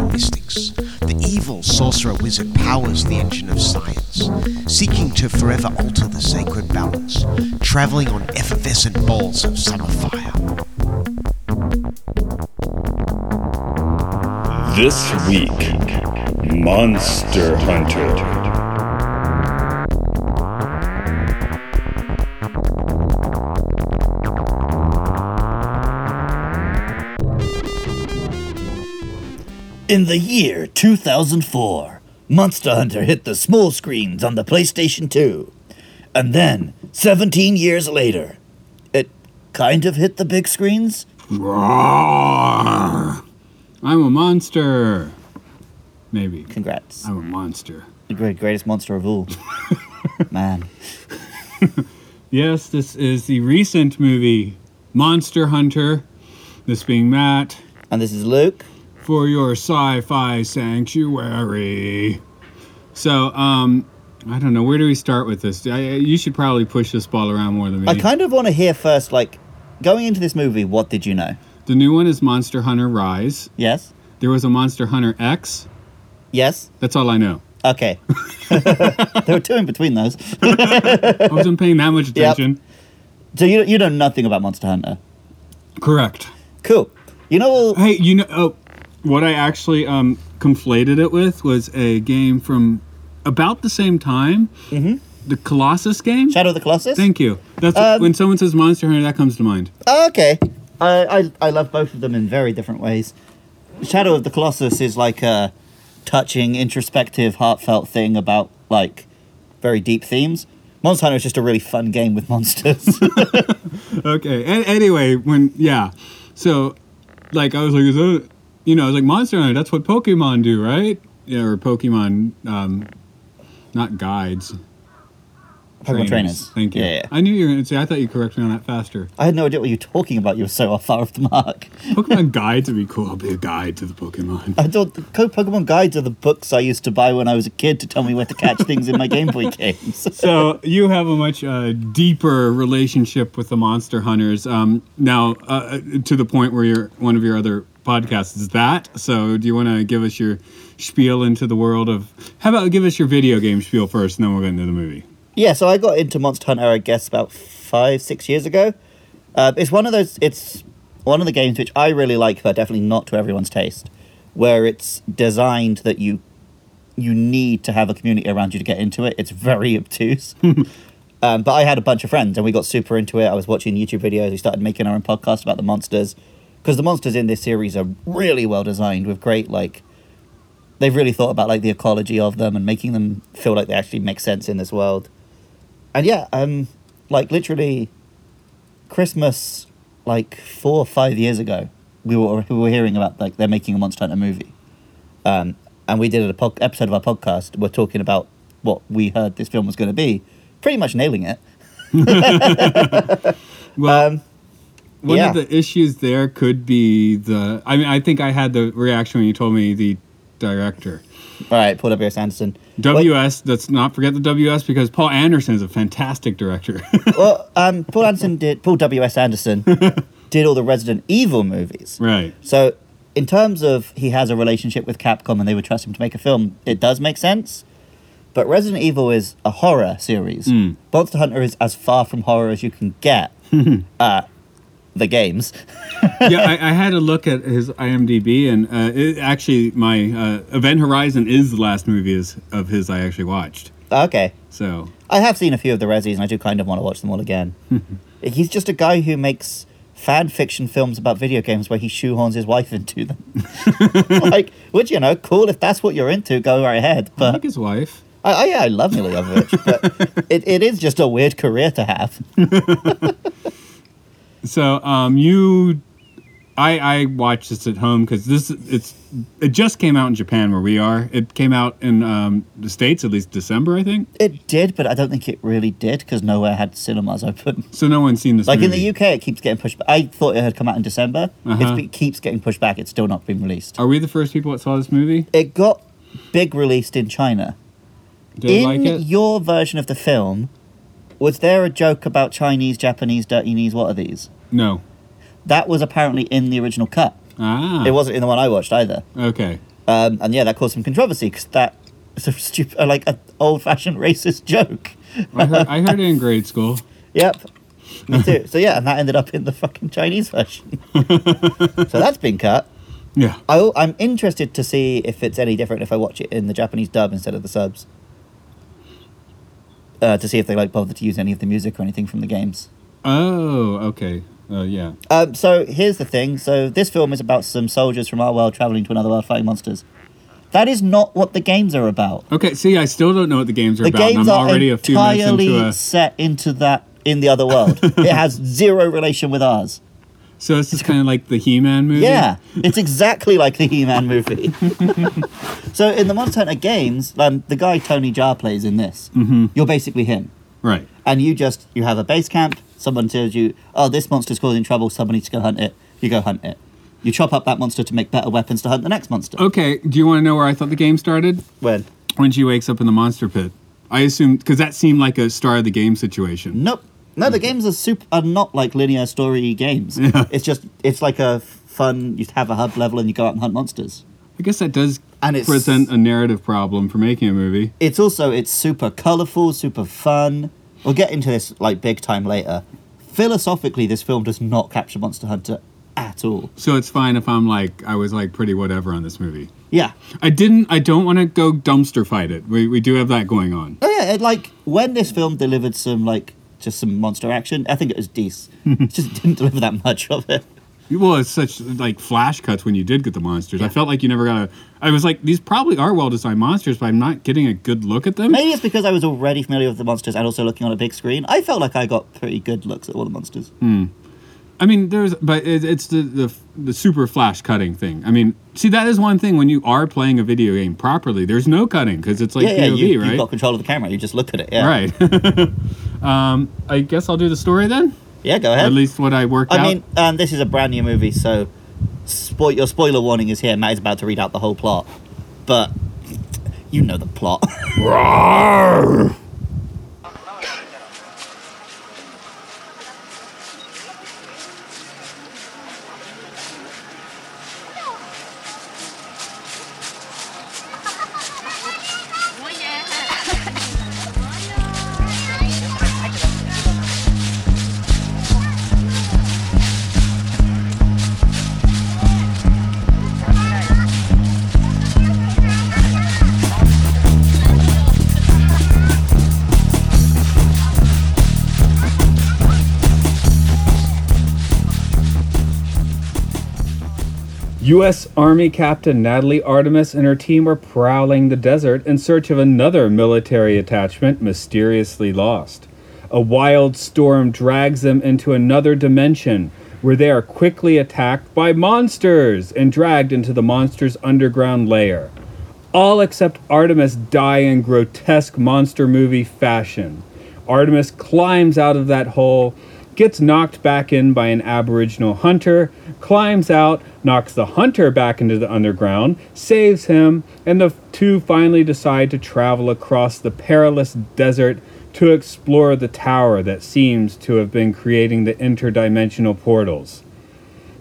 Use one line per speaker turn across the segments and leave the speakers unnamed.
of mystics, the evil sorcerer wizard powers the engine of science, seeking to forever alter the sacred balance, traveling on effervescent balls of summer fire.
This week, Monster Hunter.
In the year 2004, Monster Hunter hit the small screens on the PlayStation 2. And then, 17 years later, it kind of hit the big screens?
Roar! I'm a monster. Maybe.
Congrats.
I'm a monster.
The great, greatest monster of all. Man.
Yes, this is the recent movie Monster Hunter. This being Matt
And this is Luke.
for your sci-fi sanctuary. So, um, I don't know where do we start with this. I, you should probably push this ball around more than me.
I kind of want to hear first, like, going into this movie, what did you know?
The new one is Monster Hunter Rise.
Yes?
There was a Monster Hunter X.
Yes?
That's all I know.
Okay. there were two in between those.
I wasn't paying that much attention.
so you, you know nothing about Monster Hunter.
Correct.
Cool. You know,
Hey, you know, oh, what I actually um, conflated it with was a game from about the same time. Mm-hmm. The Colossus game.
Shadow of the Colossus?
Thank you. That's when someone says Monster Hunter, that comes to mind.
Okay. I, I I love both of them in very different ways. Shadow of the Colossus is like a touching, introspective, heartfelt thing about like very deep themes. Monster Hunter is just a really fun game with monsters.
Okay. And anyway, when yeah, so like I was like, is that, you know, I was like Monster Hunter. That's what Pokemon do, right? Yeah, or Pokemon, um, not guides.
Pokemon trainers.
Thank you.
Yeah, yeah.
I knew you were going to say. I thought you corrected me on that faster.
I had no idea what you were talking about. You were so far off the mark.
Pokemon guides would be cool. I'll be a guide to the Pokemon.
I thought the Co- Pokemon guides are the books I used to buy when I was a kid to tell me where to catch things in my Game Boy games.
so you have a much uh, deeper relationship with the monster hunters um, now uh, to the point where your one of your other podcasts is that so do you want to give us your spiel into the world of how about give us your video game spiel first and then we'll get into the movie
Yeah, so I got into Monster Hunter, I guess, about five, six years ago. Uh, it's one of those. It's one of the games which I really like, but definitely not to everyone's taste. Where it's designed that you you need to have a community around you to get into it. It's very obtuse. um, but I had a bunch of friends, and we got super into it. I was watching YouTube videos. We started making our own podcast about the monsters because the monsters in this series are really well designed with great like. They've really thought about like the ecology of them and making them feel like they actually make sense in this world and yeah, um, like literally, Christmas, like four or five years ago, we were we were hearing about like they're making a Monster Hunter movie, um, and we did a pod- episode of our podcast. We're talking about what we heard this film was going to be, pretty much nailing it.
well one
yeah.
of the issues there could be the i mean i think i had the reaction when you told me the director
All right, Paul W S Anderson.
ws let's not forget the ws because paul anderson is a fantastic director
Well, um, Paul Anderson did Paul W S Anderson did all the Resident Evil movies.
right
So, in terms of he has a relationship with Capcom and they would trust him to make a film, it does make sense. But Resident Evil is a horror series. Monster Hunter is as far from horror as you can get. uh, the games.
yeah, I, I had a look at his IMDb, and uh, it, actually, my uh, Event Horizon is the last movie is, of his I actually watched.
Okay.
So
I have seen a few of the Resis and I do kind of want to watch them all again. He's just a guy who makes fan fiction films about video games where he shoehorns his wife into them. like, which, you know, cool if that's what you're into, go right ahead.
I
But
think his wife.
I, I, yeah, I love Mila Jovovich, but it, it is just a weird career to have.
So um, you, I, I watched this at home because this it's it just came out in Japan where we are. It came out in um, the states at least December I think.
It did, but I don't think it really did because nowhere had cinemas open.
So no one's seen this.
Like in the
movie.
UK, it keeps getting pushed. back. I thought it had come out in December.
Hmm. Uh-huh.
It's, it keeps getting pushed back. It's still not been released.
Are we the first people that saw this movie?
It got big released in China.
Did they
in
like it?
your version of the film, was there a joke about Chinese, Japanese, dirty knees? What are these?
No.
That was apparently in the original cut.
Ah.
It wasn't in the one I watched either.
Okay.
Um, and yeah, that caused some controversy because that is a stupid, like an old-fashioned racist joke.
I heard, I heard it in grade school.
Yep. Me too. so yeah, and that ended up in the fucking Chinese version. so that's been cut.
Yeah.
I, I'm interested to see if it's any different if I watch it in the Japanese dub instead of the subs. Uh, to see if they like bother to use any of the music or anything from the games.
Oh. Okay. Uh, yeah.
Um, so here's the thing. So this film is about some soldiers from our world traveling to another world fighting monsters. That is not what the games are about.
Okay. See, I still don't know what the games are
The
about. and
games
I'm
are
already a few minutes
entirely
into a.
set into that in the other world. it has zero relation with ours.
So this is kind of like the He-Man movie.
Yeah, it's exactly like the He-Man movie. so in the Monster Hunter games, um, the guy Tony Jaa plays in this. Mm-hmm. You're basically him,
Right.
and you just you have a base camp. Someone tells you, "Oh, this monster's causing trouble. Someone needs to go hunt it." You go hunt it. You chop up that monster to make better weapons to hunt the next monster.
Okay. Do you want to know where I thought the game started?
When?
When she wakes up in the monster pit. I assumed because that seemed like a star of the game situation.
Nope. No, the games are super are not like linear story games. It's just it's like a fun. You have a hub level and you go out and hunt monsters.
I guess that does
And it's-
present a narrative problem for making a movie.
it's also it's super colorful super fun we'll get into this like big time later philosophically this film does not capture monster hunter at all
So it's fine if I'm like I was like pretty whatever on this movie.
yeah
I didn't. I don't want to go dumpster fight it. We we do have that going on.
oh yeah it, like when this film delivered some like just some monster action i think it was decent it just didn't deliver that much of it
Well, it's such like flash cuts when you did get the monsters. I felt like you never got a. I was like, these probably are well designed monsters, but I'm not getting a good look at them.
maybe it's because i was already familiar with the monsters and also looking on a big screen i felt like i got pretty good looks at all the monsters
I mean, there's, but it, it's the, the the super flash cutting thing. I mean, see, that is one thing when you are playing a video game properly. There's no cutting because it's like
yeah yeah
POV,
you,
right?
have got control of the camera you just look at it yeah
Right. um, I guess I'll do the story then.
yeah go
At
ahead
least what I worked
I
out.
mean, um, this is a brand new movie, so spoil- your spoiler warning is here. Matt is about to read out the whole plot, but you know the plot.
U.S. Army Captain Natalie Artemis and her team are prowling the desert in search of another military attachment mysteriously lost. A wild storm drags them into another dimension where they are quickly attacked by monsters and dragged into the monster's underground lair. All except Artemis die in grotesque monster movie fashion. Artemis climbs out of that hole, gets knocked back in by an Aboriginal hunter, climbs out, knocks the hunter back into the underground, saves him, and the two finally decide to travel across the perilous desert to explore the tower that seems to have been creating the interdimensional portals.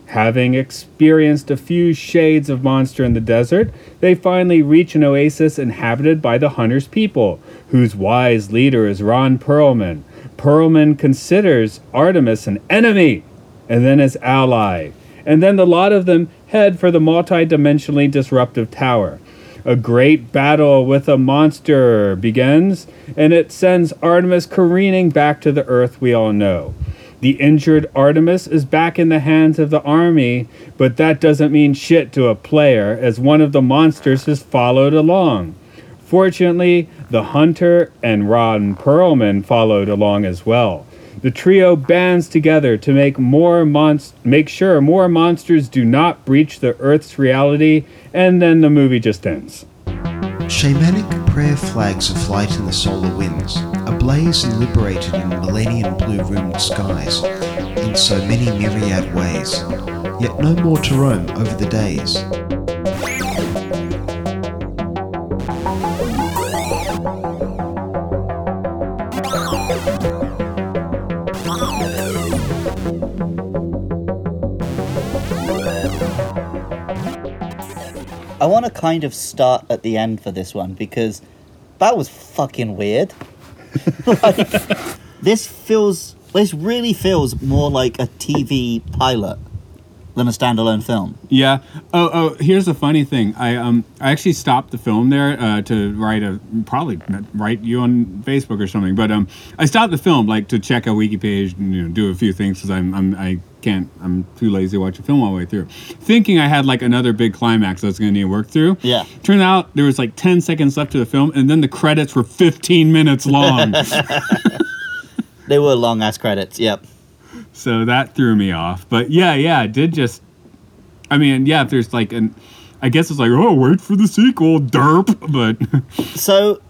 Having experienced a few shades of monster in the desert, they finally reach an oasis inhabited by the hunter's people, whose wise leader is Ron Perlman. Perlman considers Artemis an enemy, and then his ally. And then the lot of them head for the multidimensionally disruptive tower. A great battle with a monster begins, and it sends Artemis careening back to the Earth we all know. The injured Artemis is back in the hands of the army, but that doesn't mean shit to a player, as one of the monsters has followed along. Fortunately, the hunter and Ron Perlman followed along as well.
The
The
trio bands together to make more monst- make sure more monsters do not breach the Earth's reality, and then the movie just ends.
Shamanic prayer flags of light in the solar winds, ablaze and liberated in millennium blue rimmed skies, in so many myriad ways. Yet no more to roam over the days.
I want to kind of start at the end for this one because that was fucking weird. Like, this feels, this really feels more like a TV pilot than a standalone film.
Yeah. Oh, oh. Here's a funny thing. I um, I actually stopped the film there uh, to write a probably write you on Facebook or something. But um, I stopped the film like to check a wiki page and you know do a few things because I'm, I'm I can't I'm too lazy to watch a film all the way through. Thinking I had like another big climax I was going to need to work through.
Yeah.
Turned out there was like ten seconds left to the film, and then the credits were 15 minutes long.
They were long ass credits. Yep.
so that threw me off. But yeah, yeah, it did just. I mean, yeah, if there's like an, I guess it's like, oh, wait for the sequel, derp. But
So,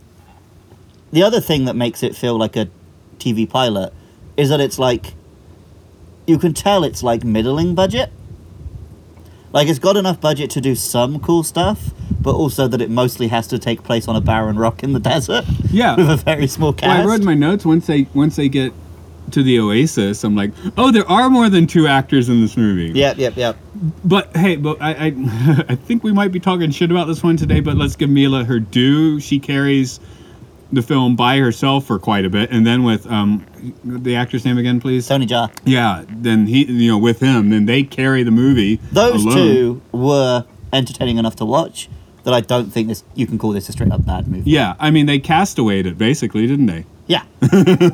the other thing that makes it feel like a TV pilot is that it's like, you can tell it's like middling budget. Like, it's got enough budget to do some cool stuff, but also that it mostly has to take place on a barren rock in the desert
yeah,
with a very small
Well,
cast.
I read my notes once they once they get to the Oasis. I'm like, oh, there are more than two actors in this movie.
Yep, yep, yep.
But hey, but I I, I think we might be talking shit about this one today. But let's give Mila her due. She carries the film by herself for quite a bit, and then with um the actor's name again, please.
Tony Jaa.
Yeah, then he, you know, with him, then they carry the movie.
Those
alone.
two were entertaining enough to watch that I don't think this you can call this a straight up bad movie.
Yeah, I mean, they castawayed it basically, didn't they?
Yeah.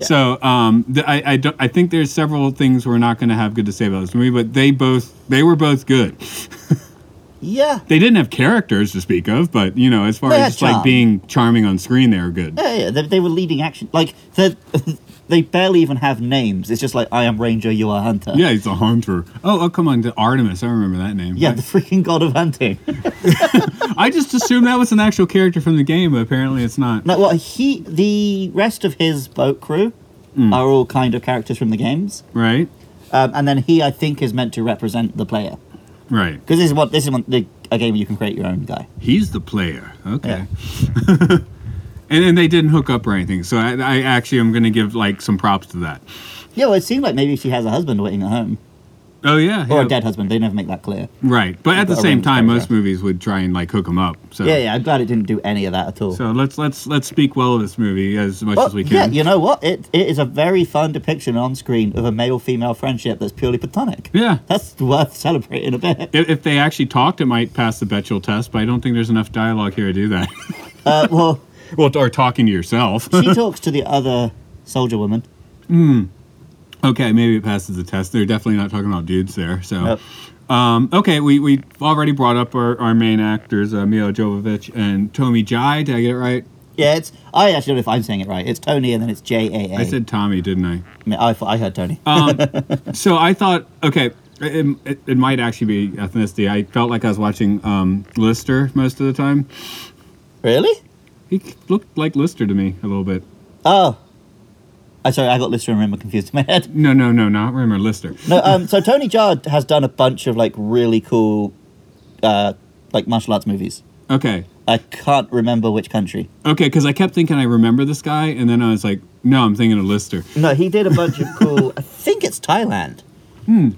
So, um, th- I, I, don't- I think there's several things we're not going to have good to say about this movie, but they both, they were both good.
Yeah.
They didn't have characters to speak of, but you know, as far
They had
as just, like
charm.
being charming on screen, they were good.
Yeah, yeah, they, they were leading action. Like they, they barely even have names. It's just like I am Ranger, you are Hunter.
Yeah, he's a hunter. Oh, oh, come on, the Artemis. I remember that name.
Yeah, the freaking god of hunting.
I, I just assumed that was an actual character from the game, but apparently it's not.
no, what he, the rest of his boat crew
Mm.
are all kind of characters from the games,
Right?
um, and then he, I think, is meant to represent the player
Right.
because this is what this is one, the, a game where you can create your own guy.
He's the player. Okay. and then they didn't hook up or anything, so I, I actually am going to give like some props to that.
Yeah, well, it seemed like maybe she has a husband waiting at home
Oh yeah,
or
yeah.
a dead husband. They never make that clear.
Right, but at the
Or
same
arranged
time,
marriage,
most movies would try and like hook them up. So
Yeah, yeah. I'm glad it didn't do any of that at all.
So let's let's let's speak well of this movie as much
Well,
as we
yeah,
can.
you know what? It it is a very fun depiction on screen of a male-female friendship that's purely platonic.
Yeah.
That's worth celebrating a bit.
If, if they actually talked, it might pass the Bechtel test, but I don't think there's enough dialogue here to do that.
Uh, well,
well, or talking to yourself.
she talks to the other soldier woman.
okay, maybe it passes the test. They're definitely not talking about dudes there. So.
Nope.
Um, okay, we, we already brought up our, our main actors, uh, Mila Jovovich and Tommy Jai. Did I get it right?
Yeah, it's. I actually don't know if I'm saying it right. It's Tony, and then it's J A A.
I said Uh, Tommy, didn't I?
I, mean, I thought I heard Tony.
So I thought, okay, it, it, it might actually be ethnicity. I felt like I was watching um, Lister most of the time.
really?
He looked like Lister to me a little bit.
Oh, I sorry. I got Lister and Rimmer confused in my head.
No, no, no, not Rimmer, Lister.
No, um, so Tony Jard has done a bunch of like really cool, uh, like martial arts movies.
Okay,
I can't remember which country.
okay, because I kept thinking I remember this guy, and then I was like, no, I'm thinking of Lister.
No, he did a bunch of cool. I think it's Thailand. Hmm.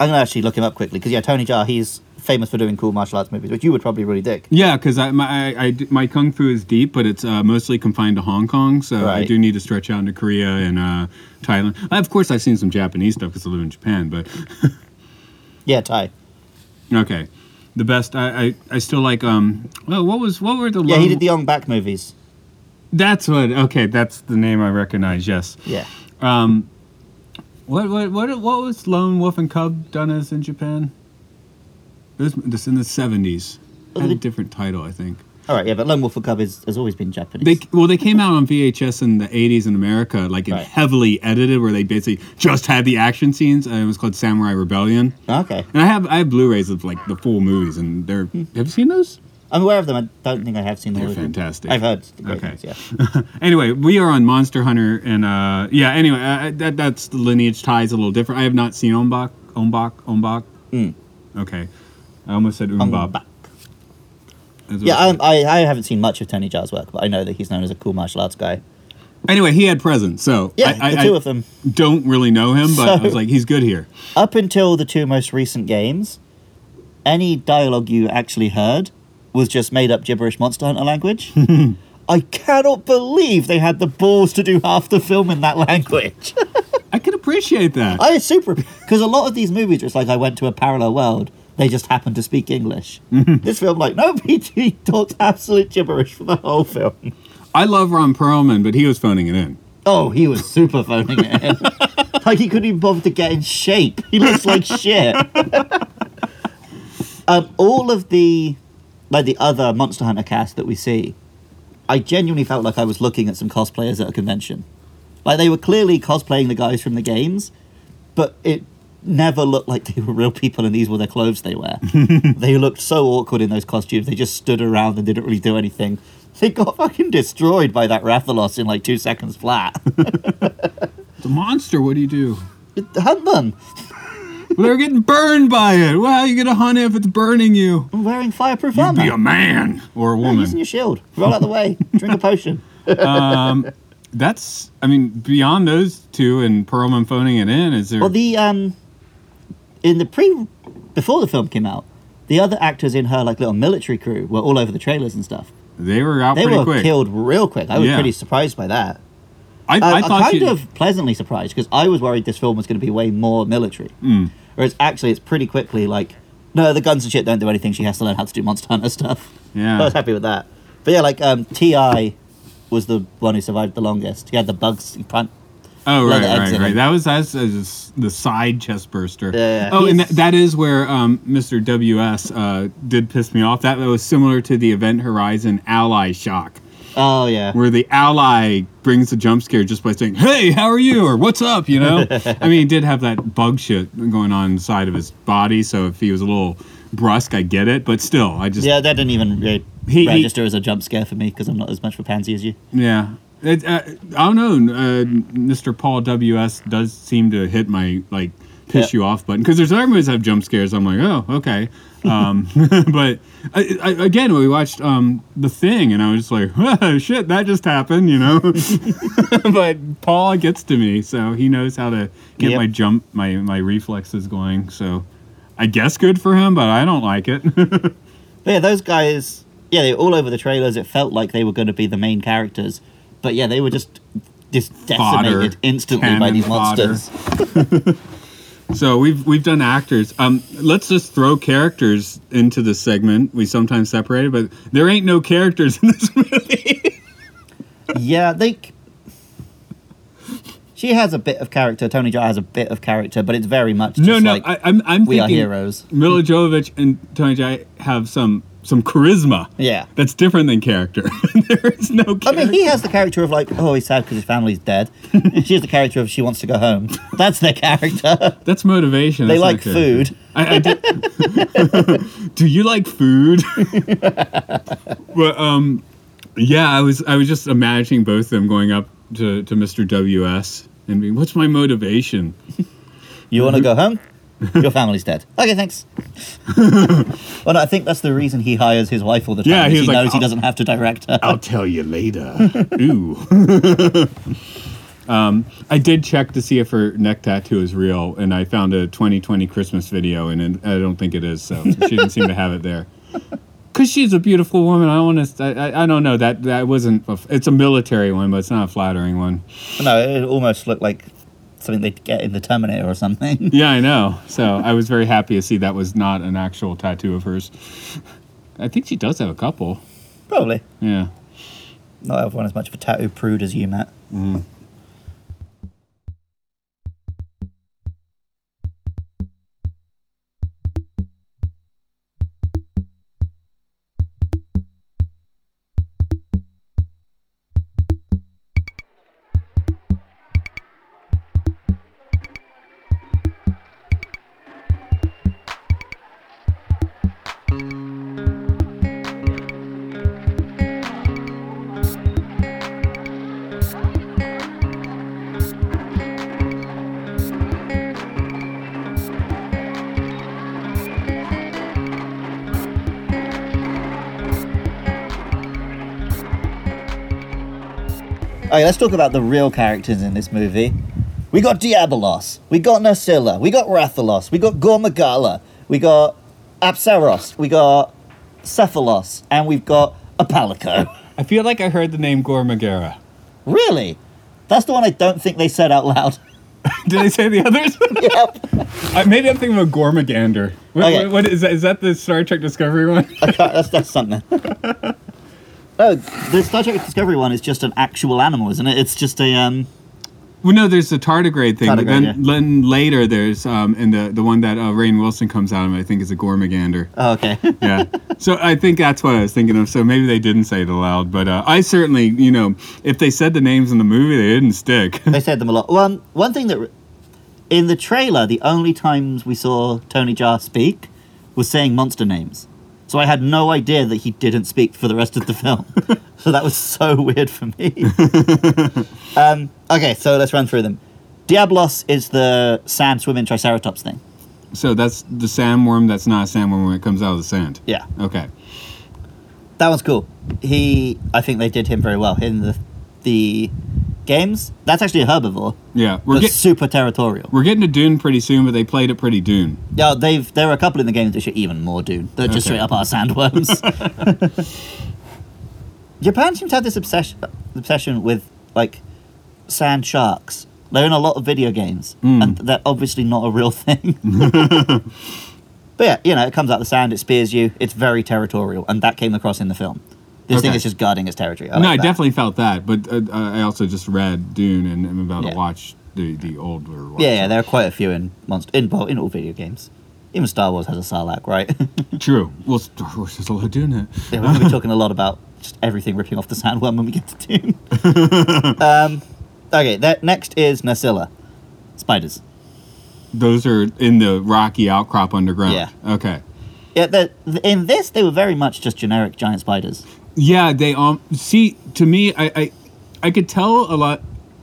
I'm gonna actually look him up quickly because yeah, Tony Jaa, he's famous for doing cool martial arts movies, which you would probably really dig.
Yeah, because I, my I, I d- my kung fu is deep, but it's uh, mostly confined to Hong Kong, so I
Right.
do need to stretch out into Korea and uh, Thailand. Of course, I've seen some Japanese stuff because I live in Japan, but
Yeah, Thai.
Okay. The best I, I, I still like um well what was what were the
Yeah,
lone-
he did the Ong Bak movies.
That's what okay, that's the name I recognize, yes.
Yeah.
What what what what was Lone Wolf and Cub done as in Japan? It was this in the seventies. Had a different title, I think.
All right, yeah, but Lone Wolf and Cub is, has always been Japanese.
They well, they came out on VHS in the '80s in America, like in
Right.
heavily edited, where they basically just had the action scenes. And it was called Samurai Rebellion.
okay,
And I have I have Blu-rays of like the full movies, and they're have you seen those?
I'm aware of them. I don't think I have seen them.
They're fantastic.
I've heard great
Okay.
things. Yeah.
anyway, we are on Monster Hunter, and uh, yeah. Anyway, uh, that that's the lineage ties a little different. I have not seen Ombak, Ombak, Ombak. Okay, I almost said Umbop.
Hmm. Ombak.
That's what
Yeah,
I said.
I, I, I haven't seen much of Tony Jar's work, but I know that he's known as a cool martial arts guy.
Anyway, he had presents, so
Yeah,
I, I,
the two
I
of them.
don't really know him, but I was
So-
like, he's good here.
Up until the two most recent games, any dialogue you actually heard was just made up gibberish Monster Hunter language. I cannot believe they had the balls to do half the film in that language.
I can appreciate that.
I super because a lot of these movies, it's like I went to a parallel world. They just happen to speak English. this film, like, no, he talks absolute gibberish for the whole film.
I love Ron Perlman, but he was phoning it in.
Oh, he was super phoning it in. like he couldn't even bother to get in shape. He looks like shit. um, all of the like the other Monster Hunter cast that we see, I genuinely felt like I was looking at some cosplayers at a convention. Like they were clearly cosplaying the guys from the games, but it never looked like they were real people and these were their clothes they wear. they looked so awkward in those costumes. They just stood around and didn't really do anything. They got fucking destroyed by that Rathalos in like two seconds flat.
It's a monster. What do you do?
Hunt them!
Well, they're getting burned by it. Well, how are you going to hunt it if it's burning you?
I'm wearing fireproof
Be a
armor.
man or a
Using
woman.
your shield. Roll out the way. Drink a potion.
That's, I mean, beyond those two and Perlman phoning it in, is there.
Well, the um, in the pre, before the film came out, the other actors in her like little military crew were all over the trailers and stuff.
they were out
They
Oh, pretty
were
quick.
killed real quick. I was
Yeah.
pretty surprised by that. I,
I, I
am
thought
kind
she-
of pleasantly surprised because I was worried this film was going to be way more military.
Mm.
Whereas actually, it's pretty quickly like, no, the guns and shit don't do anything. She has to learn how to do Monster Hunter stuff.
Yeah.
I was happy with that. But yeah, like um, Ti was the one who survived the longest. He had the bugs. He can't.
Oh
Leather
right,
eggs
right,
in
right.
it.
That was that's, that's the side chest burster.
Yeah.
Oh, and that,
He's-
that is where um, Mr. WS uh, did piss me off. That was similar to the Event Horizon Ally Shock,
Oh yeah.
where the ally brings the jump scare just by saying, "Hey, how are you?" or "What's up?" You know. I mean, he did have that bug shit going on inside of his body, so if he was a little brusque, I get it. But still, I just
Yeah, that didn't even re-
He- he-
register as a jump scare for me because I'm not as much of a pansy as you.
Yeah. It, uh, I don't know. Uh, Mr. Paul W.S. does seem to hit my, like, piss
Yeah.
you off button. Because there's other movies that have jump scares. I'm like, oh, okay. Um, but I, I, again, we watched um, The Thing, and I was just like, oh, shit, that just happened, you know? but Paul gets to me, so he knows how to get
Yep.
my jump, my, my reflexes going. So I guess good for him, but I don't like it.
But yeah, those guys. Yeah, they were all over the trailers. It felt like they were going to be the main characters, but yeah, they were just just
Fodder.
decimated instantly by
Cannon
these
fodder.
monsters.
So we've we've done actors. Um, let's just throw characters into this segment. We sometimes separate it, but there ain't no characters in this movie.
yeah, they. c- She has a bit of character. Tony Jar has a bit of character, but it's very much just
no, no,
like
I, I'm I'm
we are
thinking
heroes.
Mila Jovovich and Tony Jai have some some charisma.
Yeah.
that's different than character. there is no. Character.
I mean, he has the character of like, oh, he's sad because his family's dead. And she has the character of she wants to go home. That's their character.
that's motivation.
They
that's
like
not character.
food.
I, I did. Do you like food? but um, yeah, I was I was just imagining both of them going up to, to Mr. WS and being, "What's my motivation?"
You want to go home? Your family's dead. Okay, thanks. well, no, I think that's the reason he hires his wife all the time.
Yeah,
is
he
he
was like, "Oh,
knows he
"I'll-
doesn't have to direct her.
I'll tell you later. Ooh. um, I did check to see if her neck tattoo is real, and I found a 2020 Christmas video, and it, I don't think it is. So she didn't seem to have it there. Cause she's a beautiful woman. I want to. I, I- I don't know that that wasn't. A, it's a military one, but it's not a flattering one.
No, it almost looked like something they'd get in the Terminator or something.
Yeah, I know. So I was very happy to see that was not an actual tattoo of hers. I think she does have a couple.
Probably.
Yeah.
Not everyone as much of a tattoo prude as you, Matt. Okay, let's talk about the real characters in this movie. We got Diabolos, we got Narcilla, we got Rathalos, we got Gormagala, we got Absaros, we got Cephalos, and we've got Apalico.
I feel like I heard the name Gormagera.
Really? That's the one I don't think they said out loud.
Did I say the others?
yep.
I, maybe I'm thinking of Gormagander. What,
Okay. Uh,
what- what is that? Is that the Star Trek Discovery one?
I can't- that's, that's something. Oh, the Star Trek Discovery one is just an actual animal, isn't it? It's just a um.
Well, no, there's the tardigrade thing. but
Tardigrade,
then,
yeah.
then later, there's um, and the the one that uh, Rain Wilson comes out of, I think, is a Gormagander.
Oh, okay.
yeah. So I think that's what I was thinking of. So maybe they didn't say it aloud, but uh, I certainly, you know, if they said the names in the movie, they didn't stick.
they said them a lot. One one thing that in the trailer, the only times we saw Tony Jaa speak was saying monster names. So I had no idea that he didn't speak for the rest of the film. so that was so weird for me. um, okay, so let's run through them. Diablos is the sand swimming triceratops thing.
so that's the sandworm. That's not a sandworm when it comes out of the sand.
Yeah.
Okay.
That one's cool. He, I think they did him very well in the the games. That's actually a herbivore.
Yeah. We're
That's
get,
super territorial.
we're getting to Dune pretty soon, but they played it pretty Dune.
Yeah, they've there are a couple in the games which are even more Dune. They're just
Okay.
straight up our sandworms. Japan seems to have this obsession obsession with like sand sharks. They're in a lot of video games,
Hmm.
and they're obviously not a real thing. but yeah, you know, it comes out the sand, it spears you. It's very territorial, and that came across in the film. This thing
Okay.
is just guarding its territory. I
no,
like
I
that.
definitely felt that, but uh, I also just read Dune and I'm about
Yeah.
to watch the the older one.
Yeah, yeah, there are quite a few in monster in well, in all video games. Even Star Wars has a Sarlacc, right?
True. Well, Star Wars is a lot of Dune. in it.
Yeah, we're going to be talking a lot about just everything ripping off the sandworm when we get to Dune. um, okay, that next is Narcilla. Spiders.
Those are in the rocky outcrop underground.
Yeah.
Okay.
Yeah, the- the- in this they were very much just generic giant spiders.
Yeah, they um see to me I, I I could tell a lot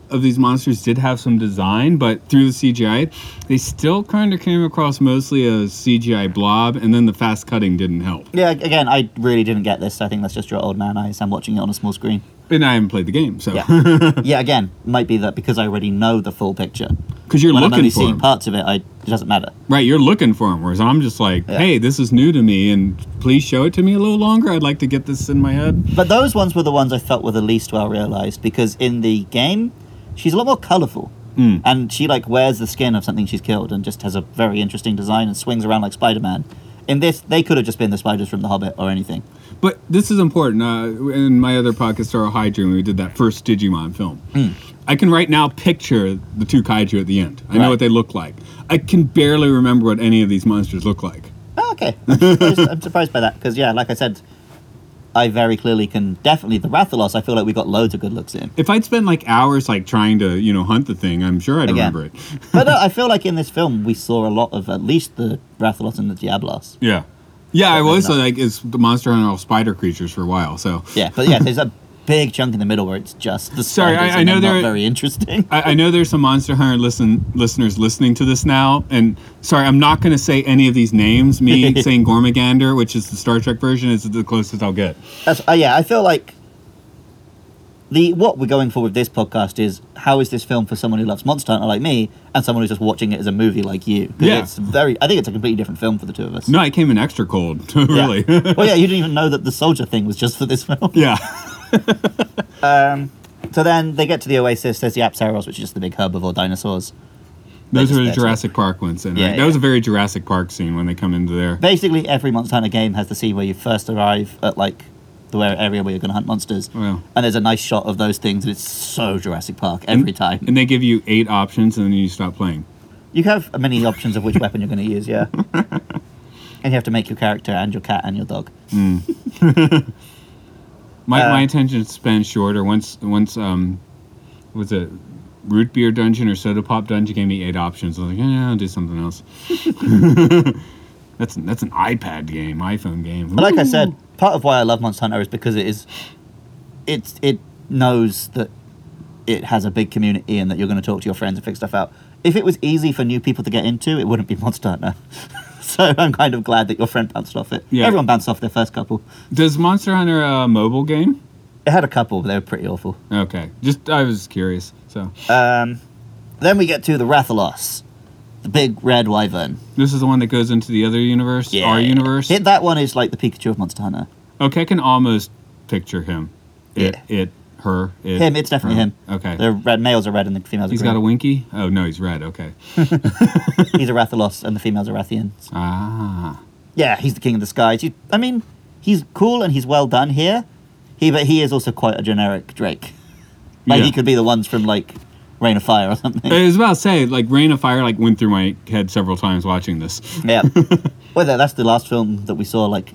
of these monsters did have some design, but through the CGI, they still kind of came across mostly a CGI blob, and then the fast cutting didn't help.
Yeah, again, I really didn't get this. I think that's just your old man eyes. I'm watching it on a small screen.
And I haven't played the game, so
Yeah, yeah. Again, might be that because I already know the full picture.
because you're
When I'm
looking
only
for
seeing
'em.
parts of it, I, it doesn't matter.
right? You're looking for them, whereas I'm just like,
Yeah.
hey, this is new to me, and please show it to me a little longer. I'd like to get this in my head.
But those ones were the ones I felt were the least well realized because in the game, she's a lot more colourful.
Hmm.
Mm. And she like wears the skin of something she's killed and just has a very interesting design and swings around like Spider Man. In this, they could have just been the spiders from The Hobbit or anything.
But this is important. Uh, in my other podcast, Star High Dream, we did that first Digimon film.
Hmm.
I can right now picture the two kaiju at the end. I
Right.
know what they look like. I can barely remember what any of these monsters look like.
Oh, okay, I'm surprised, I'm surprised by that because yeah, like I said, I very clearly can definitely the Rathalos. I feel like we got loads of good looks in.
If I'd spent like hours like trying to you know hunt the thing, I'm sure I'd
Again.
remember it.
but no, I feel like in this film we saw a lot of at least the Rathalos and the Diablos.
Yeah, yeah, I
maybe
was
not.
like, it's the monster hunter all spider creatures for a while. So
Yeah, but yeah, there's a big chunk in the middle where it's just the
Sorry,
spiders.
I- I
and
know
they're
there
not
are-
very interesting.
I, I know there's some Monster Hunter listen listeners listening to this now, and sorry, I'm not going to say any of these names. Me saying Gormagander, which is the Star Trek version, is the closest I'll get.
That's, uh, yeah, I feel like the what we're going for with this podcast is how is this film for someone who loves Monster Hunter like me and someone who's just watching it as a movie like you? 'Cause
Yeah.
it's very. I think it's a completely different film for the two of us.
No, I came in extra cold,
Yeah.
really.
well, yeah, you didn't even know that the soldier thing was just for this film.
Yeah.
So then they get to the oasis. There's the Apsaros, which is just the big herbivore dinosaurs. That's-
Those were the
that's
Jurassic Park ones. And
Yeah,
That was
yeah.
a very Jurassic Park scene when they come into there.
Basically, every Monster Hunter game has the scene where you first arrive at like the where- area where you're going to hunt monsters,
Wow.
and there's a nice shot of those things, and it's so Jurassic Park every time.
And they give you eight options and then you stop playing.
You have many options of which weapon you're going to use, yeah. and you have to make your character and your cat and your dog.
My,
Uh,
my attention span's shorter. Once, once um, was it Root Beer Dungeon or Soda Pop Dungeon gave me eight options. I was like, yeah, I'll do something else. that's, that's an iPad game, iPhone game.
But like I
Ooh.
said, part of why I love Monster Hunter is because it is, it's it knows that it has a big community and that you're going to talk to your friends and figure stuff out. If it was easy for new people to get into, it wouldn't be Monster Hunter. so I'm kind of glad that your friend bounced off it.
Yeah.
Everyone bounced off their first couple.
Does Monster Hunter a uh, mobile game?
It had a couple, but they were pretty awful.
Okay, just I was curious. So
Um, then we get to the Rathalos, the big red wyvern.
this is the one that goes into the other universe, our universe.
It- that one is like the Pikachu of Monster Hunter.
Okay, I can almost picture him. It, it, her, it,
Him, it's definitely
her.
him.
Okay,
The red males are red and the females
he's
are green.
got a winky. Oh no, he's red. Okay,
he's a Rathalos and the females are Rathians.
ah,
Yeah, he's the king of the skies. He, I mean, he's cool and he's well done here. He, but he is also quite a generic Drake. Like
Yeah.
he could be the ones from like Rain of Fire or something.
I was about to say like Rain of Fire like went through my head several times watching this.
yeah. Well, that- that's the last film that we saw like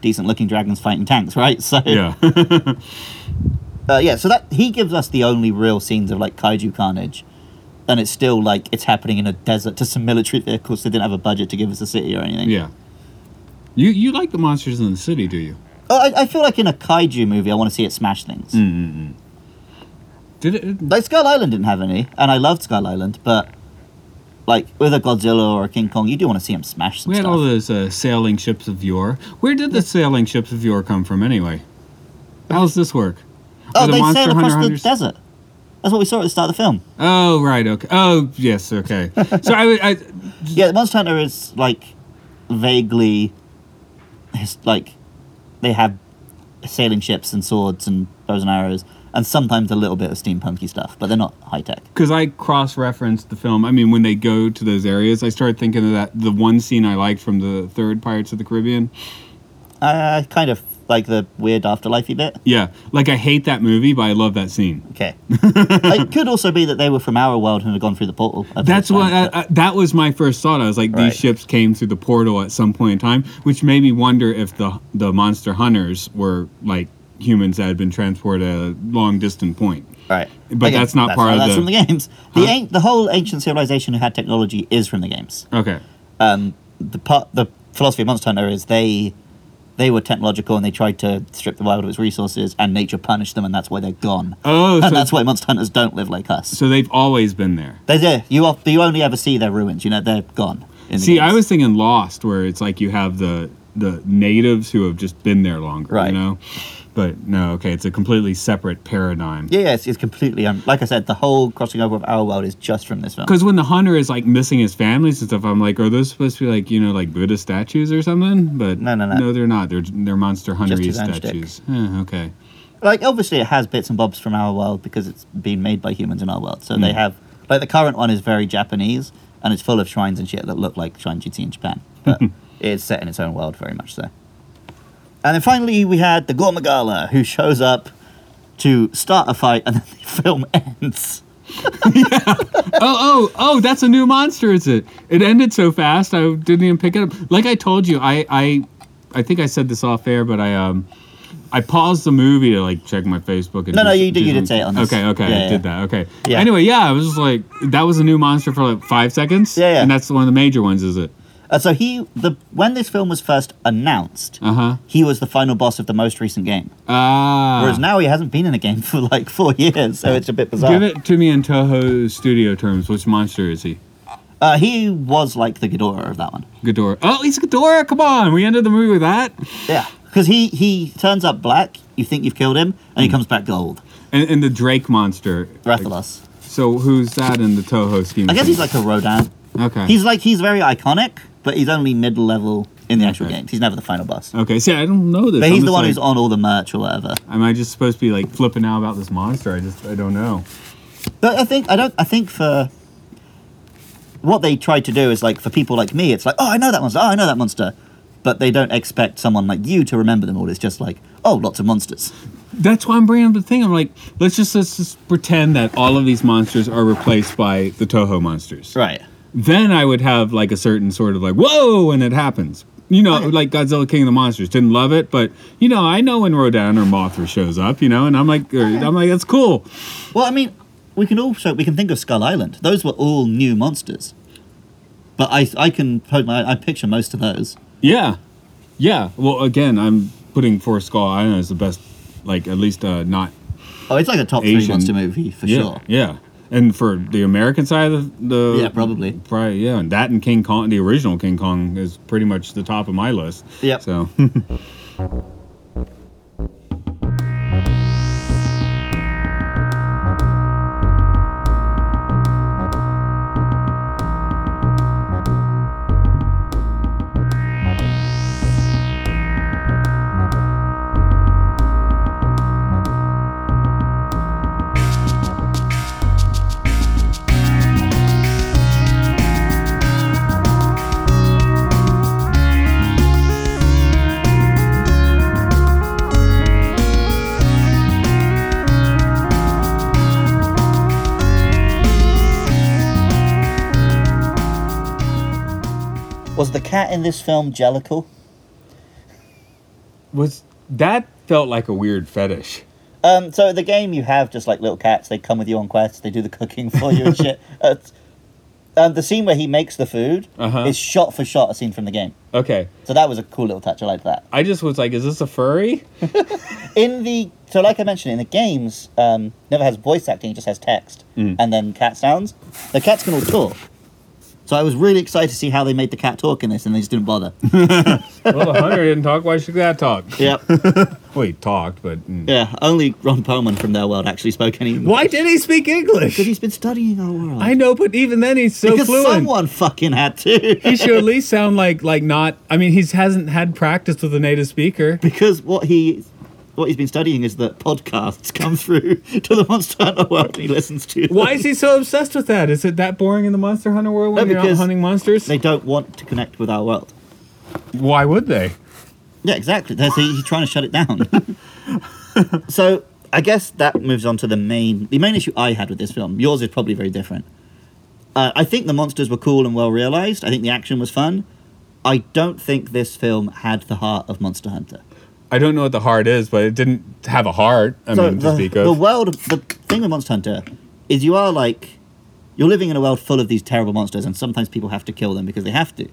decent looking dragons fighting tanks, right? So
Yeah,
uh, yeah, so that he gives us the only real scenes of like kaiju carnage, and it's still like it's happening in a desert to some military vehicles. They didn't have a budget to give us a city or anything.
yeah. You you like the monsters in the city, do you?
Oh, I, I feel like in a kaiju movie, I want to see it smash things.
Hmm. Did it?
Like Skull Island didn't have any, and I loved Skull Island, but like with a Godzilla or a King Kong, you do want to see him smash some
We had
stuff.
all those uh, sailing ships of yore. Where did the sailing ships of yore come from anyway? How's this work? Are
oh, they
Monster
sailed
Hunter
across the
hunters-
desert. That's what we saw at the start of the film.
Oh right, okay. Oh yes, okay. so I, I
Yeah, the Monster Hunter is like vaguely, it's like they have sailing ships and swords and bows and arrows, and sometimes a little bit of steampunky stuff, but they're not high tech.
because I cross-referenced the film. I mean, when they go to those areas, I started thinking of that the one scene I liked from the third Pirates of the Caribbean.
Uh, kind of like the weird afterlifey bit.
Yeah, like I hate that movie, but I love that scene.
Okay, it could also be that they were from our world and had gone through the portal. at the
That's
time,
what I,
but-
I, that was my first thought. I was like,
Right.
these ships came through the portal at some point in time, which made me wonder if the the monster hunters were like humans that had been transported at a long distant point.
Right.
But that's not part of
that's
the-
from the games. The
Huh?
an- the whole ancient civilization who had technology is from the games.
Okay.
Um, the part the philosophy of Monster Hunter is they they were technological and they tried to strip the world of its resources and nature punished them and that's why they're gone.
Oh,
and
so,
that's why monster hunters don't live like us.
so they've always been there.
They do. You are, you only ever see their ruins. You know they're gone. In the
See, I
games.
was thinking Lost, where it's like you have the the natives who have just been there longer,
Right.
you know. But no, okay, it's a completely separate paradigm.
Yeah, yeah, it's, it's completely um, like I said. The whole crossing over of our world is just from this film.
Because when the hunter is like missing his families and stuff, I'm like, are those supposed to be like you know like Buddha statues or something? But
No, no, no.
no, they're not. They're they're monster hunter
his own
statues. Eh, okay,
like obviously it has bits and bobs from our world because it's been made by humans in our world. So
Hmm.
they have like the current one is very Japanese and it's full of shrines and shit that look like shrines you'd see in Japan, but it's set in its own world very much so. And then finally we had the Gormagala who shows up to start a fight and then the film ends.
oh, oh, oh, that's a new monster, is it? It ended so fast, I didn't even pick it up. Like I told you, I, I, I think I said this off air, but I, um, I paused the movie to like check my Facebook. And
No, no,
do-
you did-
do
you did
something.
say it on this.
Okay, okay,
Yeah,
I
yeah.
did that. Okay.
Yeah.
Anyway, yeah, I was just like, that was a new monster for like five seconds.
Yeah, yeah.
And that's one of the major ones, is it?
Uh, so he the when this film was first announced,
Uh-huh.
he was the final boss of the most recent game.
Ah.
Whereas now he hasn't been in a game for like four years, so it's a bit bizarre.
Give it to me in Toho studio terms. Which monster is he?
Uh, he was like the Ghidorah of that one.
Ghidorah. Oh, he's Ghidorah. Come on. We ended the movie with that.
Yeah, because he he turns up black. You think you've killed him, and he comes back gold.
And, and the Drake monster.
Rathalos.
So who's that in the Toho scheme?
I
of
guess
things?
he's like a Rodan.
Okay.
He's like he's very iconic, but he's only middle level in the actual
Okay.
games. He's never the final boss.
okay. See, I don't know this.
But
I'm
he's the
just
one
like,
who's on all the merch or whatever.
Am I just supposed to be like flipping out about this monster? I just I don't know.
But I think I don't. I think for what they tried to do is like for people like me, it's like oh I know that monster, oh I know that monster, but they don't expect someone like you to remember them all. It's just like oh lots of monsters.
That's why I'm bringing up the thing. I'm like, let's just let's just pretend that all of these monsters are replaced by the Toho monsters.
Right.
Then I would have like a certain sort of like whoa when it happens. You know, like Godzilla King of the Monsters. Didn't love it, but you know, I know when Rodan or Mothra shows up. You know, and I'm like, or, I'm like, that's cool.
Well, I mean, we can also we can think of Skull Island. Those were all new monsters. But I I can put my I picture most of those.
Yeah, yeah. Well, again, I'm putting Four Skull Island as the best, like at least uh, not
Oh, it's like a top three
Asian-
monster movie for
yeah,
sure.
Yeah. And for the American side of the, the
Yeah, probably.
probably yeah, and that and King Kong, the original King Kong is pretty much the top of my list.
Yep.
So
Was the cat in this film Jellicle?
Was that felt like a weird fetish?
Um, so the game you have just like little cats. They come with you on quests. They do the cooking for you and shit. Uh, it's- um, the scene where he makes the food
Uh-huh.
is shot for shot a scene from the game.
Okay,
So that was a cool little touch. I liked that.
I just was like, is this a furry?
In the so like I mentioned in the games, um, never has voice acting. It just has text
Mm.
and then cat sounds. The cats can all talk. So I was really excited to see how they made the cat talk in this, and they just didn't bother.
Well, the hunter didn't talk. Why should that talk?
yep.
Well, he talked, but mm.
Yeah. Only Ron Perlman from their world actually spoke any. English.
why did he speak English?
Because he's been studying our world.
I know, but even then, he's so
because
fluent.
someone fucking had to.
he should at least sound like like not. I mean, he hasn't had practice with a native speaker.
because what he what he's been studying is that podcasts come through to the Monster Hunter world and he listens to. them.
Why is he so obsessed with that? Is it that boring in the Monster Hunter world when
No,
you're out
because
hunting monsters?
They don't want to connect with our world.
Why would they?
Yeah, exactly. That's he, he's trying to shut it down. so I guess that moves on to the main the main issue I had with this film. Yours is probably very different. Uh, I think the monsters were cool and well realized. I think the action was fun. I don't think this film had the heart of Monster Hunter.
I don't know what the heart is, but it didn't have a heart. I mean,
the,
to speak
the
of.
world, the thing with Monster Hunter is you are like, you're living in a world full of these terrible monsters, and sometimes people have to kill them because they have to.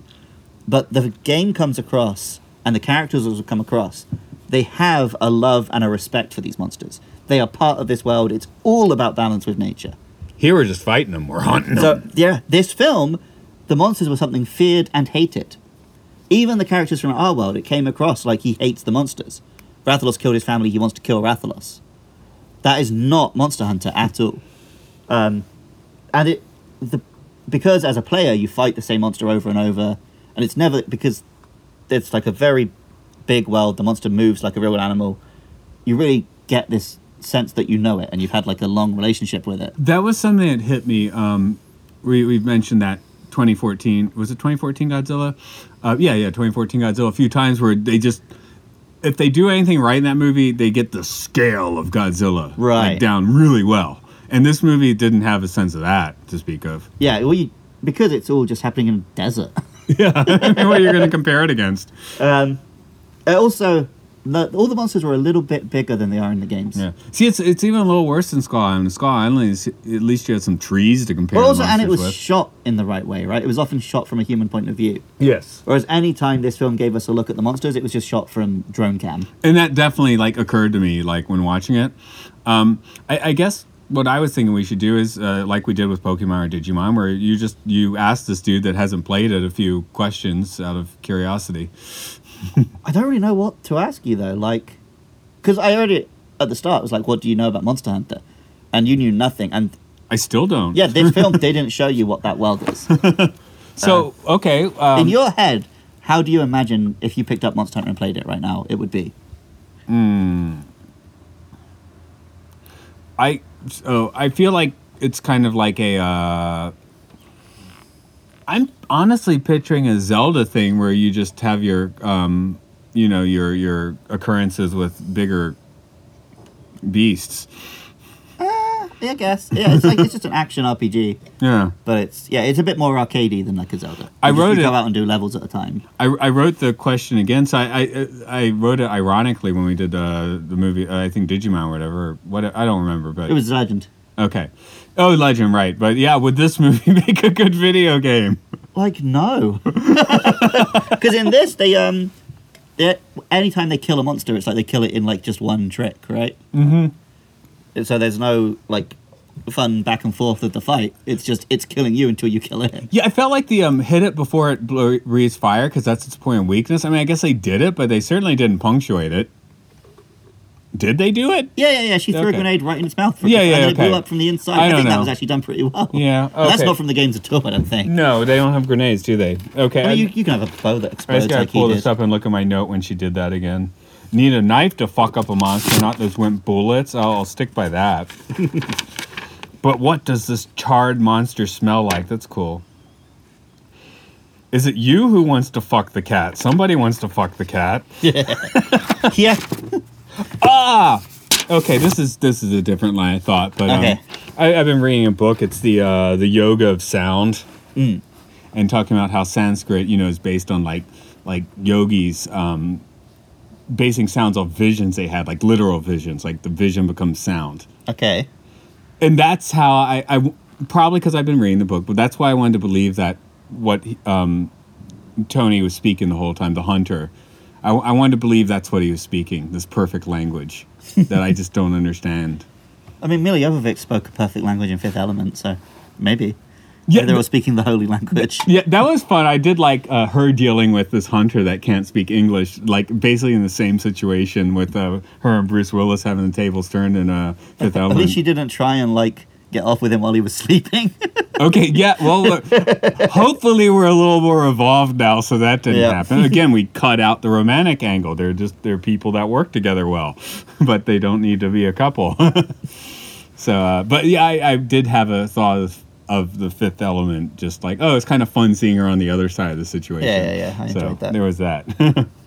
But the game comes across, and the characters also come across. They have a love and a respect for these monsters. They are part of this world. It's all about balance with nature.
Here we're just fighting them. We're hunting them.
So yeah, this film, the monsters were something feared and hated. Even the characters from our world, it came across like he hates the monsters. Rathalos killed his family. He wants to kill Rathalos. That is not Monster Hunter at all. Um, and it, the, because as a player you fight the same monster over and over, and it's never because it's like a very big world. The monster moves like a real animal. You really get this sense that you know it, and you've had like a long relationship with it.
That was something that hit me. Um, we we've mentioned that 2014 was it 2014 Godzilla? Uh, yeah, yeah, 2014 Godzilla. A few times where they just if they do anything right in that movie, they get the scale of Godzilla like,
Right.
down really well. And this movie didn't have a sense of that to speak of.
Yeah, well, you, because it's all just happening in a desert.
what are you going to compare it against?
Uh, also, the, all the monsters were a little bit bigger than they are in the games.
Yeah. See, it's it's even a little worse than Skull Island. Skull Island, is, at least you had some trees to compare.
Well, also,
the
and it was
monsters with.
shot in the right way, right? It was often shot from a human point of view.
yes.
Whereas any time this film gave us a look at the monsters, it was just shot from drone cam.
and that definitely like occurred to me like when watching it um i, I guess what i was thinking we should do is uh, like we did with pokemon or digimon where you just you ask this dude that hasn't played it a few questions out of curiosity
I don't really know what to ask you though, like, because I heard it at the start. It was like, "What do you know about Monster Hunter?" And you knew nothing. And
i still don't
yeah, this film they didn't show you what that world is.
so okay um,
in your head, how do you imagine if you picked up Monster Hunter and played it right now? It would be.
i so i feel like it's kind of like a uh i'm honestly picturing a zelda thing where you just have your um you know your your occurrences with bigger beasts
Yeah, I guess. Yeah, it's like it's just an action RPG,
Yeah.
but it's yeah, it's a bit more arcadey than like a Zelda.
I
You just-
wrote
you
it-
Go out and do levels at a time.
I, I wrote the question again. So I, I I wrote it ironically when we did uh, the movie. Uh, I think Digimon or whatever. or What I don't remember, but
It was legend.
okay. Oh, Legend, right? But yeah, would this movie make a good video game?
Like no, because in this they um, they anytime they kill a monster, it's like they kill it in like just one trick, right? Mm-hmm. So there's no like fun back and forth of the fight. It's just it's killing you until you kill it.
Yeah, I felt like the um, hit it before it blo- breathes fire because that's its point of weakness. I mean, I guess they did it, but they certainly didn't punctuate it. Did they do it?
Yeah, yeah, yeah. She threw
Okay.
a grenade right in its mouth. For
Yeah,
it,
yeah,
And then
okay.
it blew up from the inside.
I
I,
don't
think
know.
that was actually done pretty well.
Yeah,
But that's
okay.
not from the games at all. I don't think.
No, they don't have grenades, do they? Okay,
I
I-
mean, you, you can have a bow that
I
explodes
just gotta
like he
pull
did.
this up and look at my note when she did that again. Need a knife to fuck up a monster, not those wimp bullets. Oh, I'll, I'll stick by that. but what does this charred monster smell like? That's cool. Is it you who wants to fuck the cat? Somebody wants to fuck the cat.
yeah.
Okay, this is this is a different line of thought, but um,
Okay.
I, I've been reading a book. It's the uh, the yoga of sound, and talking about how Sanskrit, you know, is based on like like yogis um, basing sounds off visions they had, like literal visions, like the vision becomes sound
Okay.
and that's how I, I probably because I've been reading the book, but that's why I wanted to believe that what he- um, Tony was speaking the whole time, the hunter. I, I wanted to believe that's what he was speaking, this perfect language that I just don't understand.
I mean, Mila Jovovich spoke a perfect language in Fifth Element, so maybe.
Yeah,
Maybe they
but-
were speaking the holy language.
Yeah, that was fun. I did like uh, her dealing with this hunter that can't speak English, like basically in the same situation with uh, her and Bruce Willis having the tables turned in uh,
At
Fifth Element.
least she didn't try and like get off with him while he was sleeping.
Okay, yeah. Well, look, hopefully we're a little more evolved now, so that didn't
Yeah.
happen. Again, we cut out the romantic angle. They're just they're people that work together well, but they don't need to be a couple. so, uh, but yeah, I, I did have a thought of, of the Fifth Element, just like oh, it's kind of fun seeing her on the other side of the situation.
Yeah, yeah, yeah, I
so
enjoyed that.
There was that.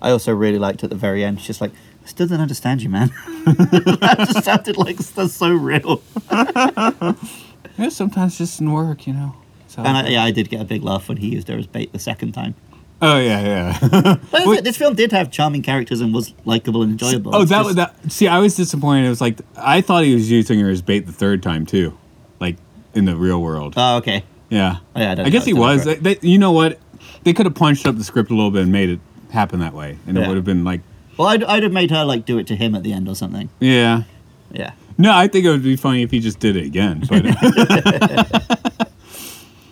I also really liked at the very end. She's just like, I still don't understand you, man. that just sounded like that's so real.
yeah, sometimes just in work, you know. So.
And I, yeah, I did get a big laugh when he used her as bait the second time.
oh yeah, yeah.
But that's it, this film did have charming characters and was likable and enjoyable.
Oh,
It's
that
just-
was that. See, I was disappointed. It was like I thought he was using her as bait the third time too, like in the real world.
Oh, okay.
yeah,
Oh, yeah, I don't
I
know,
guess he
it's
was. They,
deliberate.
they- you know what? They could have punched up the script a little bit and made it happen that way, and it
Yeah.
would have been like,
Well, I'd, I'd have made her like do it to him at the end or something.
yeah.
Yeah.
No, I think it would be funny if he just did it again. But,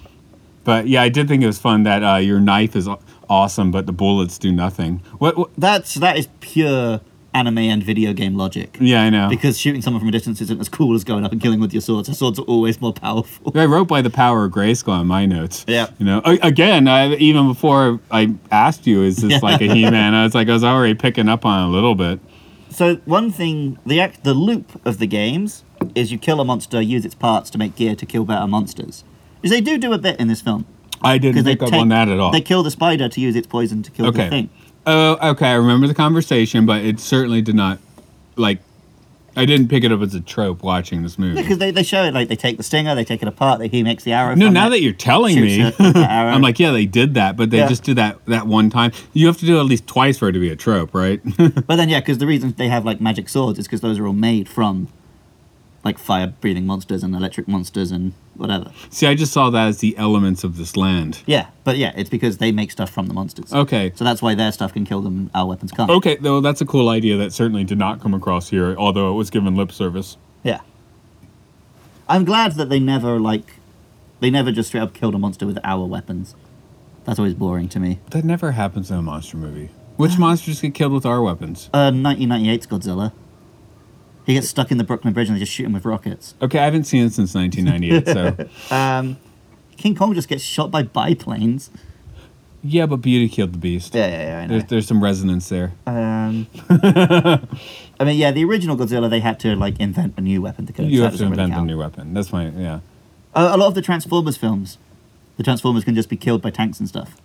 but yeah, I did think it was fun that uh, your knife is aw- awesome, but the bullets do nothing. What? what
That's that is pure anime and video game logic.
yeah, I know.
Because shooting someone from a distance isn't as cool as going up and killing with your swords. Your swords are always more powerful.
I wrote by the power of Grayskull in my notes.
Yeah.
You know, A- again, I, even before I asked you, is this like a He-Man? I was like, I was already picking up on it a little bit.
So one thing, the act, the loop of the games is you kill a monster, use its parts to make gear to kill better monsters. Because they do do a bit in this film.
I didn't
Because they
pick up on that at all.
They kill the spider to use its poison to kill the
okay.
thing.
Oh, okay. I remember the conversation, but it certainly did not, like, I didn't pick it up as a trope watching this movie.
Because they, they show it like they take the stinger, they take it apart, they, he makes the arrow.
no,
from
now
it,
that you're telling
shoots
me,
it with the arrow.
I'm like, yeah, they did that, but they
Yeah.
just did that that one time. You have to do it at least twice for it to be a trope, right?
But then, yeah, because the reason they have like magic swords is because those are all made from like fire breathing monsters and electric monsters and whatever.
See, I just saw that as the elements of this land.
Yeah, but yeah, it's because they make stuff from the monsters.
Okay.
So that's why their stuff can kill them and our weapons can't.
Okay, though that's a cool idea that certainly did not come across here, although it was given lip service.
Yeah. I'm glad that they never like. They never just straight up killed a monster with our weapons. That's always boring to me.
That never happens in a monster movie. Which monsters get killed with our weapons?
Uh, 1998's Godzilla. He gets stuck in the Brooklyn Bridge and they just shoot him with rockets.
Okay, I haven't seen it since 1998, so
King Kong just gets shot by biplanes.
yeah, but Beauty killed the Beast.
Yeah, yeah, yeah. I know.
There's, there's some resonance there.
Um, I mean, yeah, the original Godzilla, they had to like invent a new weapon to kill. it,
you
so that
have to
doesn't really
invent a
count.
new weapon. That's my yeah.
Uh, a lot of the Transformers films, the Transformers can just be killed by tanks and stuff.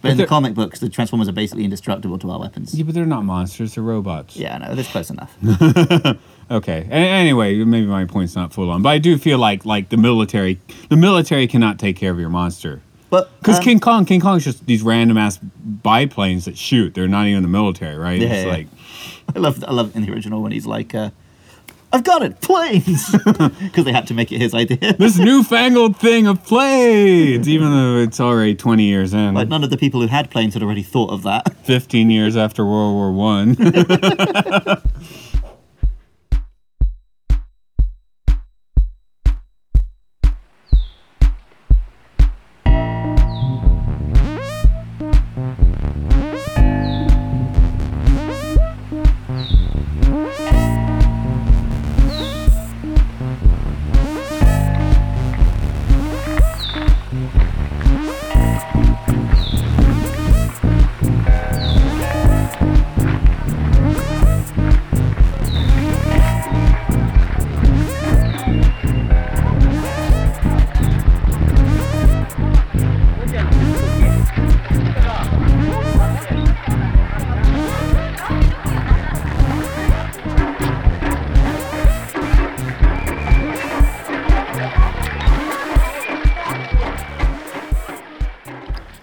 But in the
they're-
comic books, the Transformers are basically indestructible to our weapons.
Yeah, but they're not monsters. They're robots.
Yeah, no, that's close enough.
Okay. A- anyway, maybe my point's not full on, but I do feel like like the military, the military cannot take care of your monster.
But
Because
um,
King Kong, King Kong's just these random ass biplanes that shoot. They're not even the military, right?
Yeah,
it's
yeah.
like
I love, I love in the original when he's like, uh, "I've got it, planes," because they had to make it his idea.
this newfangled thing of planes, even though it's already 20 years in,
Like none of the people who had planes had already thought of that.
15 years after World War One.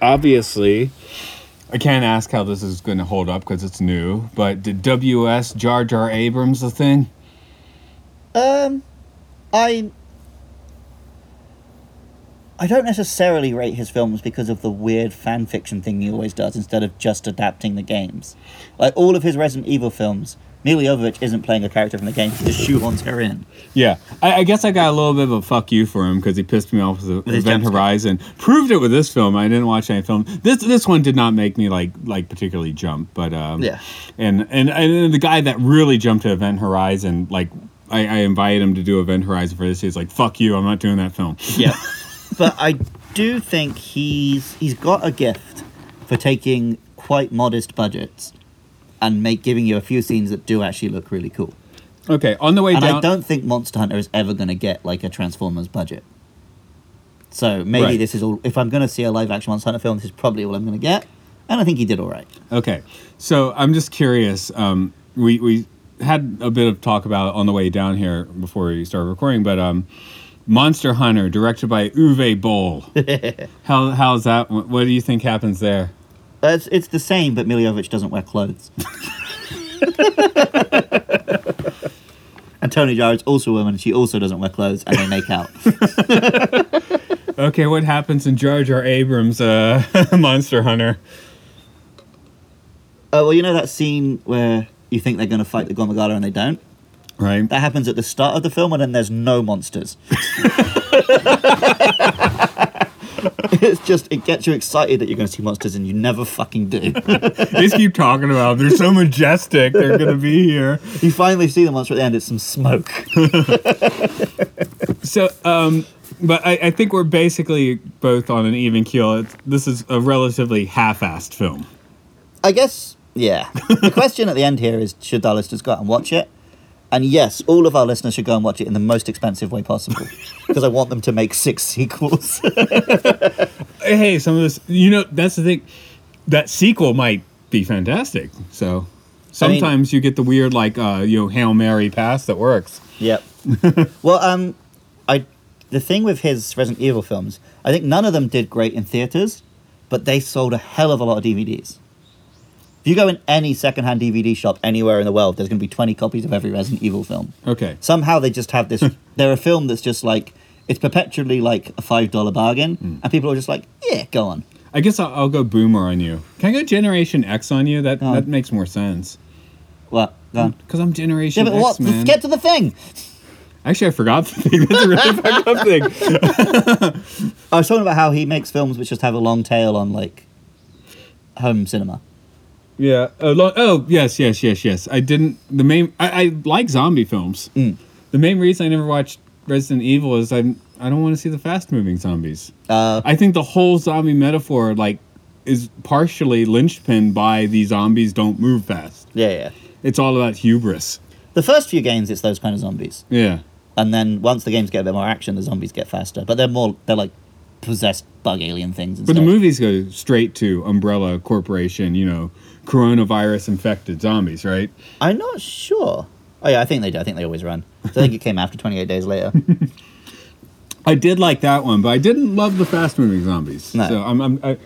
obviously.
I can't ask how this is going to hold up because it's new, but did WS Jar Jar Abrams a thing?
Um, I I don't necessarily rate his films because of the weird fan fiction thing he always does instead of just adapting the games. Like all of his Resident Evil films, Mila Jovovich isn't playing a character from the game; he just shoehorns her in.
Yeah, I, I guess I got a little bit of a fuck you for him because he pissed me off with,
his
Event
jump scare.
Horizon. Proved it with this film. I didn't watch any film. This this one did not make me like like particularly jump, but um,
Yeah.
And and and the guy that really jumped to Event Horizon, like I, I invited him to do Event Horizon for this. He's like, "Fuck you, I'm not doing that film."
Yeah, but I do think he's he's got a gift for taking quite modest budgets and make giving you a few scenes that do actually look really cool.
Okay, on the way
And
down.
I don't think Monster Hunter is ever going to get like a Transformers budget. So maybe
Right.
this is all. If I'm going to see a live action Monster Hunter film, this is probably all I'm going to get. And I think he did all right.
Okay, so I'm just curious. Um, we we had a bit of talk about it on the way down here before we started recording, but um, Monster Hunter, directed by Uwe Boll. How how's that? What what do you think happens there?
Uh, It's, it's the same, but Miljovic doesn't wear clothes. and Tony Jarrett's also a woman. She also doesn't wear clothes, and they make out.
Okay, what happens in Jar Jar Abrams' uh, Monster Hunter?
Oh well, you know that scene where you think they're going to fight the Gomagara and they don't.
Right.
That happens at the start of the film, and then there's no monsters. it's just it gets you excited that you're going to see monsters, and you never fucking do.
they just keep talking about. Them. They're so majestic. They're gonna be here.
you finally see the monster at the end. It's some smoke.
So, um, but I, I think we're basically both on an even keel. It's, this is a relatively half-assed film.
I guess, yeah. The question at the end here is should our listeners go out and watch it? And yes, all of our listeners should go and watch it in the most expensive way possible because I want them to make six sequels.
hey, some of this, you know, that's the thing. That sequel might be fantastic. So sometimes you get the weird, like, uh, you know, Hail Mary pass that works.
Yep. well, um, I the thing with his Resident Evil films, I think none of them did great in theaters, but they sold a hell of a lot of DVDs. If you go in any secondhand DVD shop anywhere in the world, there's going to be 20 copies of every Resident Evil film.
Okay.
Somehow they just have this. they're a film that's just like it's perpetually like a five dollar bargain, and people are just like, yeah, go on.
I guess I'll, I'll go Boomer on you. Can I go Generation X on you? That
Oh.
that makes more sense.
What? Go on.
Because I'm
Yeah,
Generation
but
X,
what?
man.
Get to the thing.
Actually, I forgot the thing. That's a really fucked up thing.
I was talking about how he makes films which just have a long tail on like home cinema.
Yeah. Oh, lo- oh, yes, yes, yes, yes. I didn't. The main. I, I like zombie films. The main reason I never watched Resident Evil is I'm. I don't want to see the fast moving zombies.
Uh,
I think the whole zombie metaphor like is partially linchpin by the zombies don't move fast.
yeah, yeah.
It's all about hubris.
The first few games, it's those kind of zombies,
Yeah.
and then once the games get a bit more action, the zombies get faster. But they're more they're like possessed bug alien things. And
But the
stuff.
movies go straight to Umbrella Corporation, you know, coronavirus infected zombies, right?
I'm not sure. Oh yeah, I think they do. I think they always run. So I think it came after 28 days later.
I did like that one, but I didn't love the fast moving zombies.
No.
So I'm, I'm I,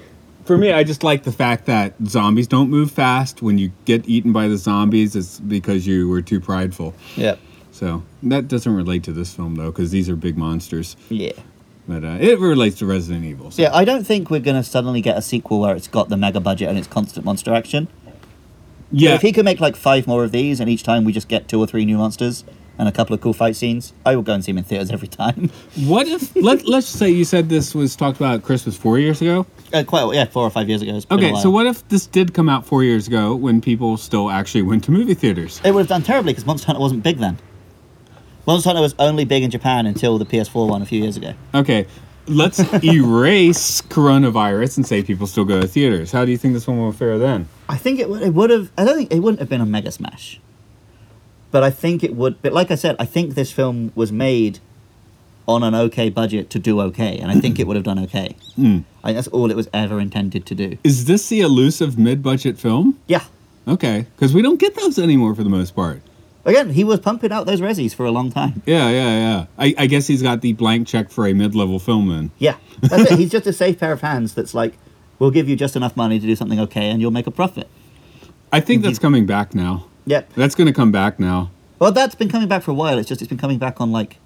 for me, I just like the fact that zombies don't move fast. When you get eaten by the zombies, it's because you were too prideful.
yep.
So that doesn't relate to this film though, because these are big monsters.
Yeah.
But uh, it relates to Resident Evil. So.
Yeah. I don't think we're gonna suddenly get a sequel where it's got the mega budget and it's constant monster action. But
yeah.
If he could make like five more of these, and each time we just get two or three new monsters and a couple of cool fight scenes, I will go and see him in theaters every time.
What if let Let's say you said this was talked about at Christmas four years ago.
uh, quite yeah, four or five years ago. It's been a
Okay, so
while.
what if this did come out four years ago when people still actually went to movie theaters?
It would have done terribly because Monster Hunter wasn't big then. Monster Hunter was only big in Japan until the PS4 one a few years ago.
Okay, let's erase coronavirus and say people still go to theaters. How do you think this one will fare then?
I think it would, it would have. I don't think it wouldn't have been a mega smash, but I think it would. But like I said, I think this film was made on an okay budget to do okay, and I think it would have done okay. I think that's all it was ever intended to do.
Is this the elusive mid-budget film?
Yeah.
Okay, because we don't get those anymore for the most part.
Again, he was pumping out those resis for a long time.
Yeah, yeah, yeah. I, I guess he's got the blank check for a mid-level film then.
Yeah, that's it. He's just a safe pair of hands. That's like We'll give you just enough money to do something okay, and you'll make a profit.
I think
Mm-hmm.
that's coming back now.
Yep.
That's going to come back now.
Well, that's been coming back for a while. It's just it's been coming back on like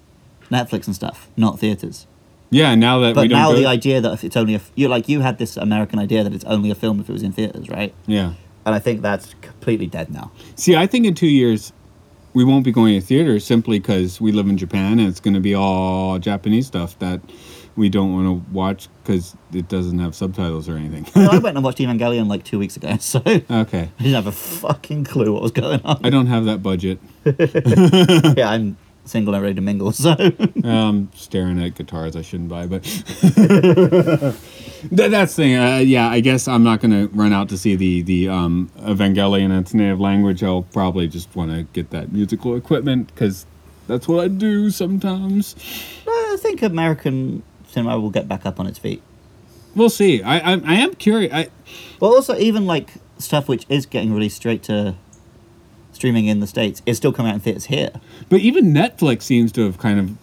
Netflix and stuff, not theaters.
Yeah, now that we
But
don't
now
go-
the idea that if it's only a f- you like you had this American idea that it's only a film if it was in theaters, right?
Yeah.
And I think that's completely dead now.
See, I think in two years, we won't be going to theaters simply because we live in Japan and it's going to be all Japanese stuff that we don't want to watch because it doesn't have subtitles or anything.
You know, I went and watched Evangelion like two weeks ago, so I
okay.
didn't have a fucking clue what was going on.
I don't have that budget.
yeah, I'm single and ready to mingle, so
Um, staring at guitars I shouldn't buy, but Th- that's the thing. Uh, yeah, I guess I'm not going to run out to see the the um, Evangelion in its native language. I'll probably just want to get that musical equipment because that's what I do sometimes.
I think American cinema will get back up on its feet.
We'll see. I I, I am curious. I,
Well, also even like stuff which is getting released straight to streaming in the states is still coming out in theaters here.
But even Netflix seems to have kind of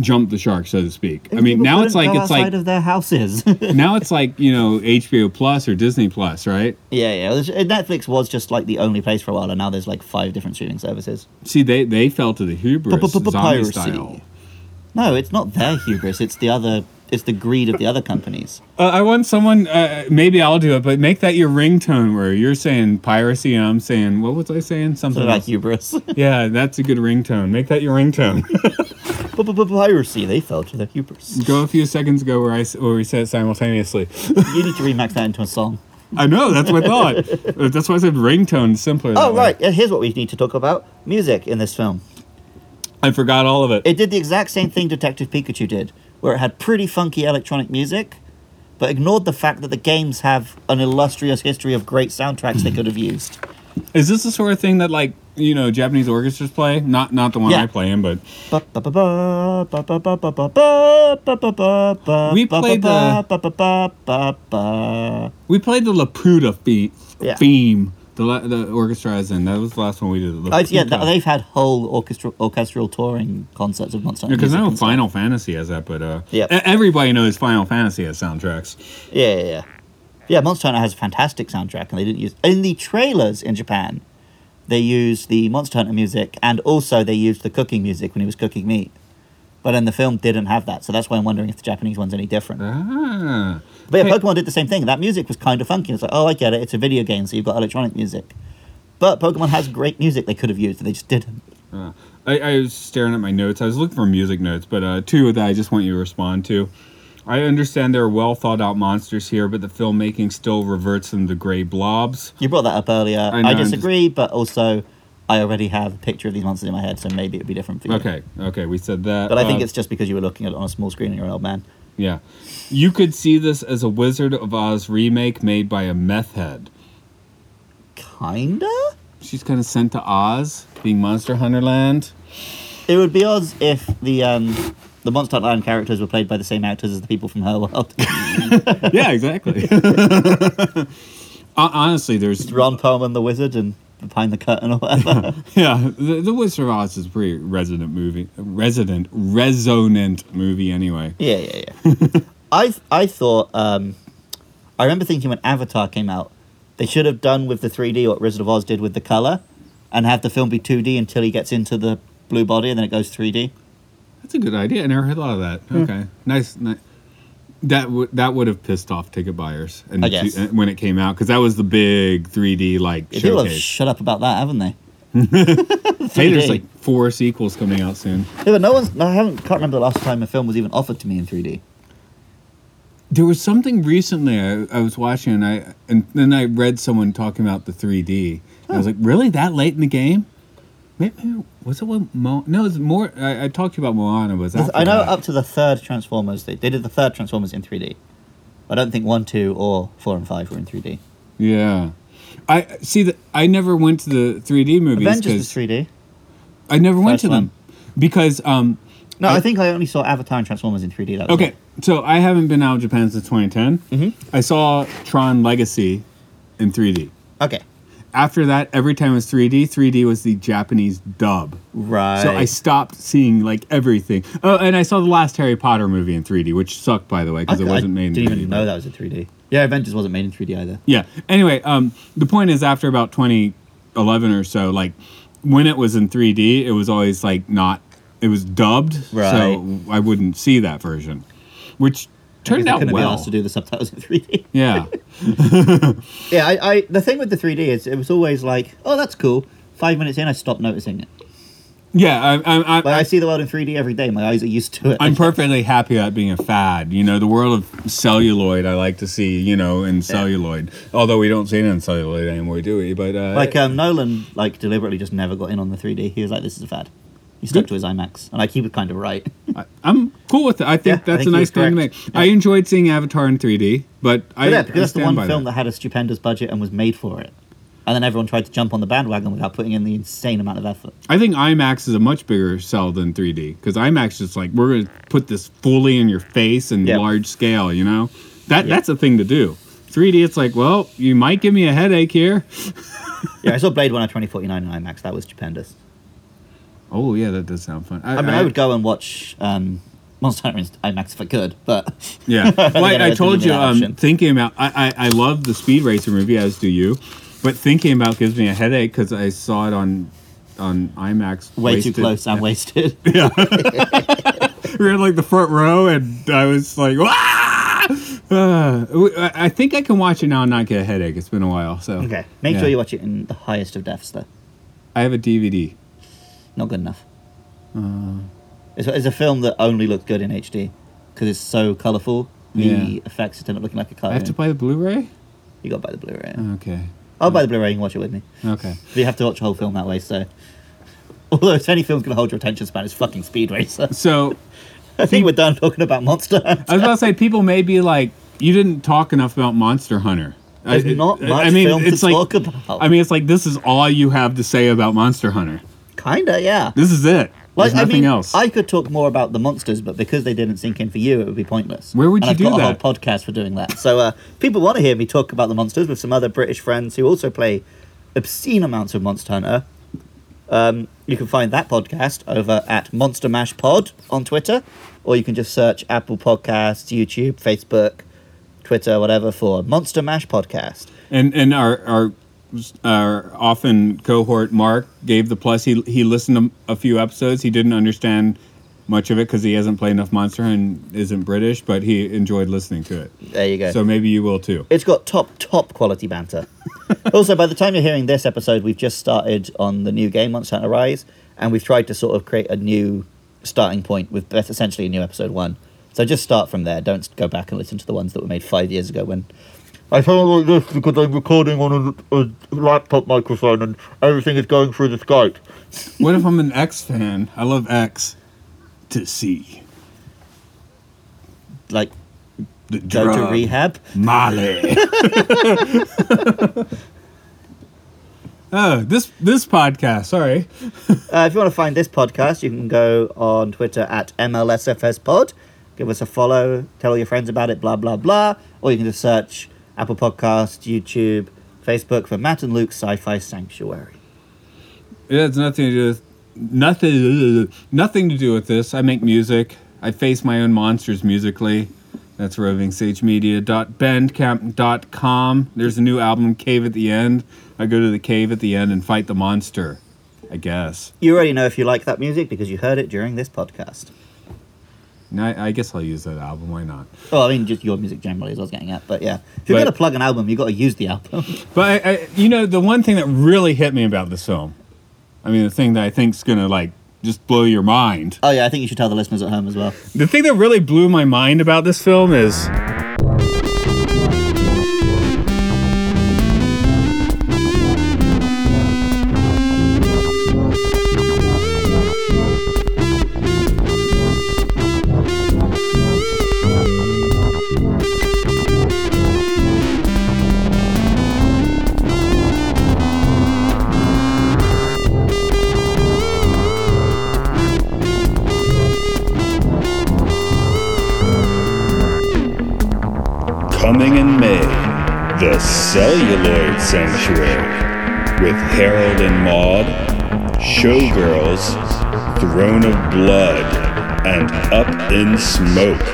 jumped the shark, so to speak. I mean,
People
now it's
couldn't
like
go
it's like
outside of their houses.
now it's like you know HBO Plus or Disney Plus, right?
Yeah, yeah. There's- uh, Netflix was just like the only place for a while, and now there's like five different streaming services.
See, they they fell to the hubris zombie
Piracy.
style.
No, it's not their hubris. It's the other. It's the greed of the other companies.
Uh, I want someone. Uh, maybe I'll do it, but make that your ringtone where you're saying piracy and I'm saying what was I saying?
What
Something
about
else.
hubris?
Yeah, that's a good ringtone. Make that your ringtone.
Piracy. They fell to their hubris.
Go a few seconds ago where I s- where we said it simultaneously.
You need to remix that into a song.
I know that's my thought. that's why I said ringtone simpler.
Oh
that way.
right. Yeah, here's what we need to talk about: music in this film.
I forgot all of it.
It did the exact same thing Detective Pikachu did, where it had pretty funky electronic music, but ignored the fact that the games have an illustrious history of great soundtracks they could have used.
Is this the sort of thing that like you know Japanese orchestras play? Not not the one
Yeah.
I play in, but
We played the.
we played the Laputa theme.
Yeah.
theme the la- the orchestra is in. That was the last one we did.
Oh, it's- yeah, th- they've had whole orchestral orchestral touring concerts of Monster. Hunter
because I
Music
know
and stuff.
Final Fantasy has that, but uh,
Yep.
e- everybody knows Final Fantasy has soundtracks.
Yeah, yeah, yeah. Yeah, Monster Hunter has a fantastic soundtrack, and they didn't use in the trailers in Japan. They used the Monster Hunter music, and also they used the cooking music when he was cooking meat. But in the film, didn't have that, so that's why I'm wondering if the Japanese one's any different.
Ah,
But yeah,
Hey.
Pokemon did the same thing. That music was kind of funky. It's like, oh, I get it. It's a video game, so you've got electronic music. But Pokemon has great music they could have used, and they just didn't.
I, I was staring at my notes. I was looking for music notes, but uh, two that I just want you to respond to. I understand there are well thought out monsters here, but the filmmaking still reverts them to gray blobs.
You brought that up earlier. I,
know, I'm just-
disagree, but also I already have a picture of these monsters in my head, so maybe it would be different for you.
Okay, okay, we said that.
But I think
Uh,
it's just because you were looking at it on a small screen and you're an old man.
Yeah. You could see this as a Wizard of Oz remake made by a meth head.
Kinda?
She's kind of sent to Oz, being Monster Hunter Land.
It would be odd if the um, the Monster Hunter Island characters were played by the same actors as the people from her world.
yeah, exactly. Hon- Honestly, there's
Ron Perlman the wizard and Behind the Curtain or whatever.
yeah. The, the Wizard of Oz is a pretty resident movie, resident resonant movie anyway.
Yeah, yeah, yeah. I I thought um, I remember thinking when Avatar came out, they should have done with the three D what Wizard of Oz did with the color, and have the film be two D until he gets into the blue body and then it goes three D.
That's a good idea. I never had thought of that. Okay, nice. ni- That would that would have pissed off ticket buyers and
I guess.
and uh, when it came out because that was the big 3D like
People have
showcase.
shut up about that, haven't they?
Hey, there's
3D.
like four sequels coming out soon.
Yeah, but no one's. No, I haven't. Can't remember the last time a film was even offered to me in three D.
There was something recently I, I was watching, and I and then I read someone talking about the 3D. I was like, really that late in the game? Maybe was it one? Mo- no, it's more. I, I talked to you about Moana. Was after
I know
that.
up to the third Transformers, they, they did the third Transformers in three D. I don't think one, two, or four and five were in three D.
Yeah, I see that. I never went to the 3D movies
Avengers
'cause
was three D.
I never went
First
to them because um
No,
I-
I, think I only saw Avatar and Transformers in three D.
okay. So I haven't been out of Japan since 2010. Mm-hmm. I saw Tron Legacy in 3D.
Okay.
After that, every time it was 3D, 3D was the Japanese dub.
Right.
So I stopped seeing like everything. Oh, and I saw the last Harry Potter movie in 3D, which sucked, by the way, because it
I
wasn't made. in
Didn't
3D,
even
but-
know that was a 3D. Yeah, Avengers wasn't made in 3D either.
Yeah. Anyway, um, the point is, after about 2011 or so, like when it was in 3D, it was always like not. It was dubbed,
Right.
so I wouldn't see that version, which
Because
turned
they
out
couldn't be
well.
asked to do the subtitles in 3D.
yeah.
yeah, I, I the thing with the 3D is it was always like, oh, that's cool. Five minutes in, I stopped noticing it.
Yeah. I, I, I,
Like I see the world in 3D every day. My eyes are used to it.
I'm perfectly happy about being a fad. You know, the world of celluloid, I like to see, you know, in celluloid. Although we don't see it in celluloid anymore, do we? But uh,
like um, Nolan, like deliberately just never got in on the 3D. He was like, this is a fad. He stuck
Good.
to his IMAX, and like he was kind of right.
I'm cool with it. I think
Yeah, I
that's
think
a
he
nice
was
thing to make.
correct.
I enjoyed seeing Avatar in 3D, but I,
yeah,
I
because that's the
stand
one
by
film that.
that.
had a stupendous budget and was made for it. And then everyone tried to jump on the bandwagon without putting in the insane amount of effort.
I think IMAX is a much bigger sell than 3D because IMAX is like we're gonna put this fully in your face and
Yeah.
large scale. You know, that that's a thing to do. 3D, it's like, well, you might give me a headache here.
Yeah, I saw Blade Runner 2049 in IMAX. That was stupendous.
Oh yeah, that does sound fun.
I mean, I would go and watch um, Monster Hunter in IMAX if I could, but
Yeah. Well,
Yeah,
I, I
that's
told
gonna be
you,
an
um,
option.
thinking about, I, I, I love the Speed Racer movie, as do you, but thinking about gives me a headache because I saw it on on IMAX.
way
wasted.
too close and wasted.
We were in like the front row, and I was like, "Wah!" Uh, w- I I think I can watch it now and not get a headache. It's been a while, so
okay, make
Yeah.
sure you watch it in the highest of depths, though.
I have a DVD.
Not good enough.
Uh.
It's, it's a film that only looks good in HD because it's so colourful. The
Yeah.
effects just end up looking like a
I
cartoon.
have to Uh. buy the Blu-ray.
you got to buy the Blu-ray.
Okay,
I'll buy the Blu-ray. You can watch it with me.
okay.
But you have to watch the whole film that way. So, although if any film's gonna hold your attention span, it's fucking Speed Racer.
So
I think we're done talking about Monster. Hunter.
I was about to say, people may be like, "You didn't talk enough about Monster Hunter." I-
There's not
I-
much
I mean,
film
it's
to
like,
talk about.
I mean, it's like this is all you have to say about Monster Hunter.
Kinda, yeah.
This is it. There's nothing
I mean,
else.
I could talk more about the monsters, but because they didn't sink in for you, it would be pointless.
Where would
and
you
I've
do
got
that?
A whole podcast for doing that. So uh, people want to hear me talk about the monsters with some other British friends who also play obscene amounts of Monster Hunter. Um, you can find that podcast over at Monster Mash Pod on Twitter, or you can just search Apple Podcasts, YouTube, Facebook, Twitter, whatever for Monster Mash Podcast.
and and our our our often cohort Mark gave the plus. He he listened to a few episodes. He didn't understand much of it because he hasn't played enough Monster Hunter and isn't British, but he enjoyed listening to it.
There you go.
So maybe you will too.
It's got top, top quality banter. also, by the time you're hearing this episode, we've just started on the new game, Monster Hunter Rise, and we've tried to sort of create a new starting point with that's essentially a new episode one. So just start from there. Don't go back and listen to the ones that were made five years ago when.
I sound like this because I'm recording on a, a laptop microphone and everything is going through the Skype.
what if I'm an X fan? I love X to see
Like,
the
go
drug
to rehab.
Molly. oh, this this podcast. Sorry.
Uh, if you want to find this podcast, you can go on Twitter at MLSFSPod. Give us a follow, tell all your friends about it, blah, blah, blah. Or you can just search Apple Podcasts, YouTube, Facebook for Matt and Luke's Sci Fi Sanctuary.
It has nothing to do with nothing. Nothing to do with this. I make music. I face my own monsters musically. That's rovingsagemedia.bandcamp.com. There's a new album, Cave at the End. I go to the cave at the end and fight the monster. I guess.
You already know if you like that music because you heard it during this podcast.
No, I, I guess I'll use that album. Why not?
Well, I mean, just your music generally is what I was getting at. But yeah, if you're
But-
going to plug an album, you've got to use the album.
But I, I, you know, the one thing that really hit me about this film, I mean, the thing that I think's gonna like just blow your mind.
oh, yeah, I think you should tell the listeners at home as well.
The thing that really blew my mind about this film is.
Coming in May, the Celluloid Sanctuary with Harold and Maude, Showgirls, Throne of Blood, and Up in Smoke.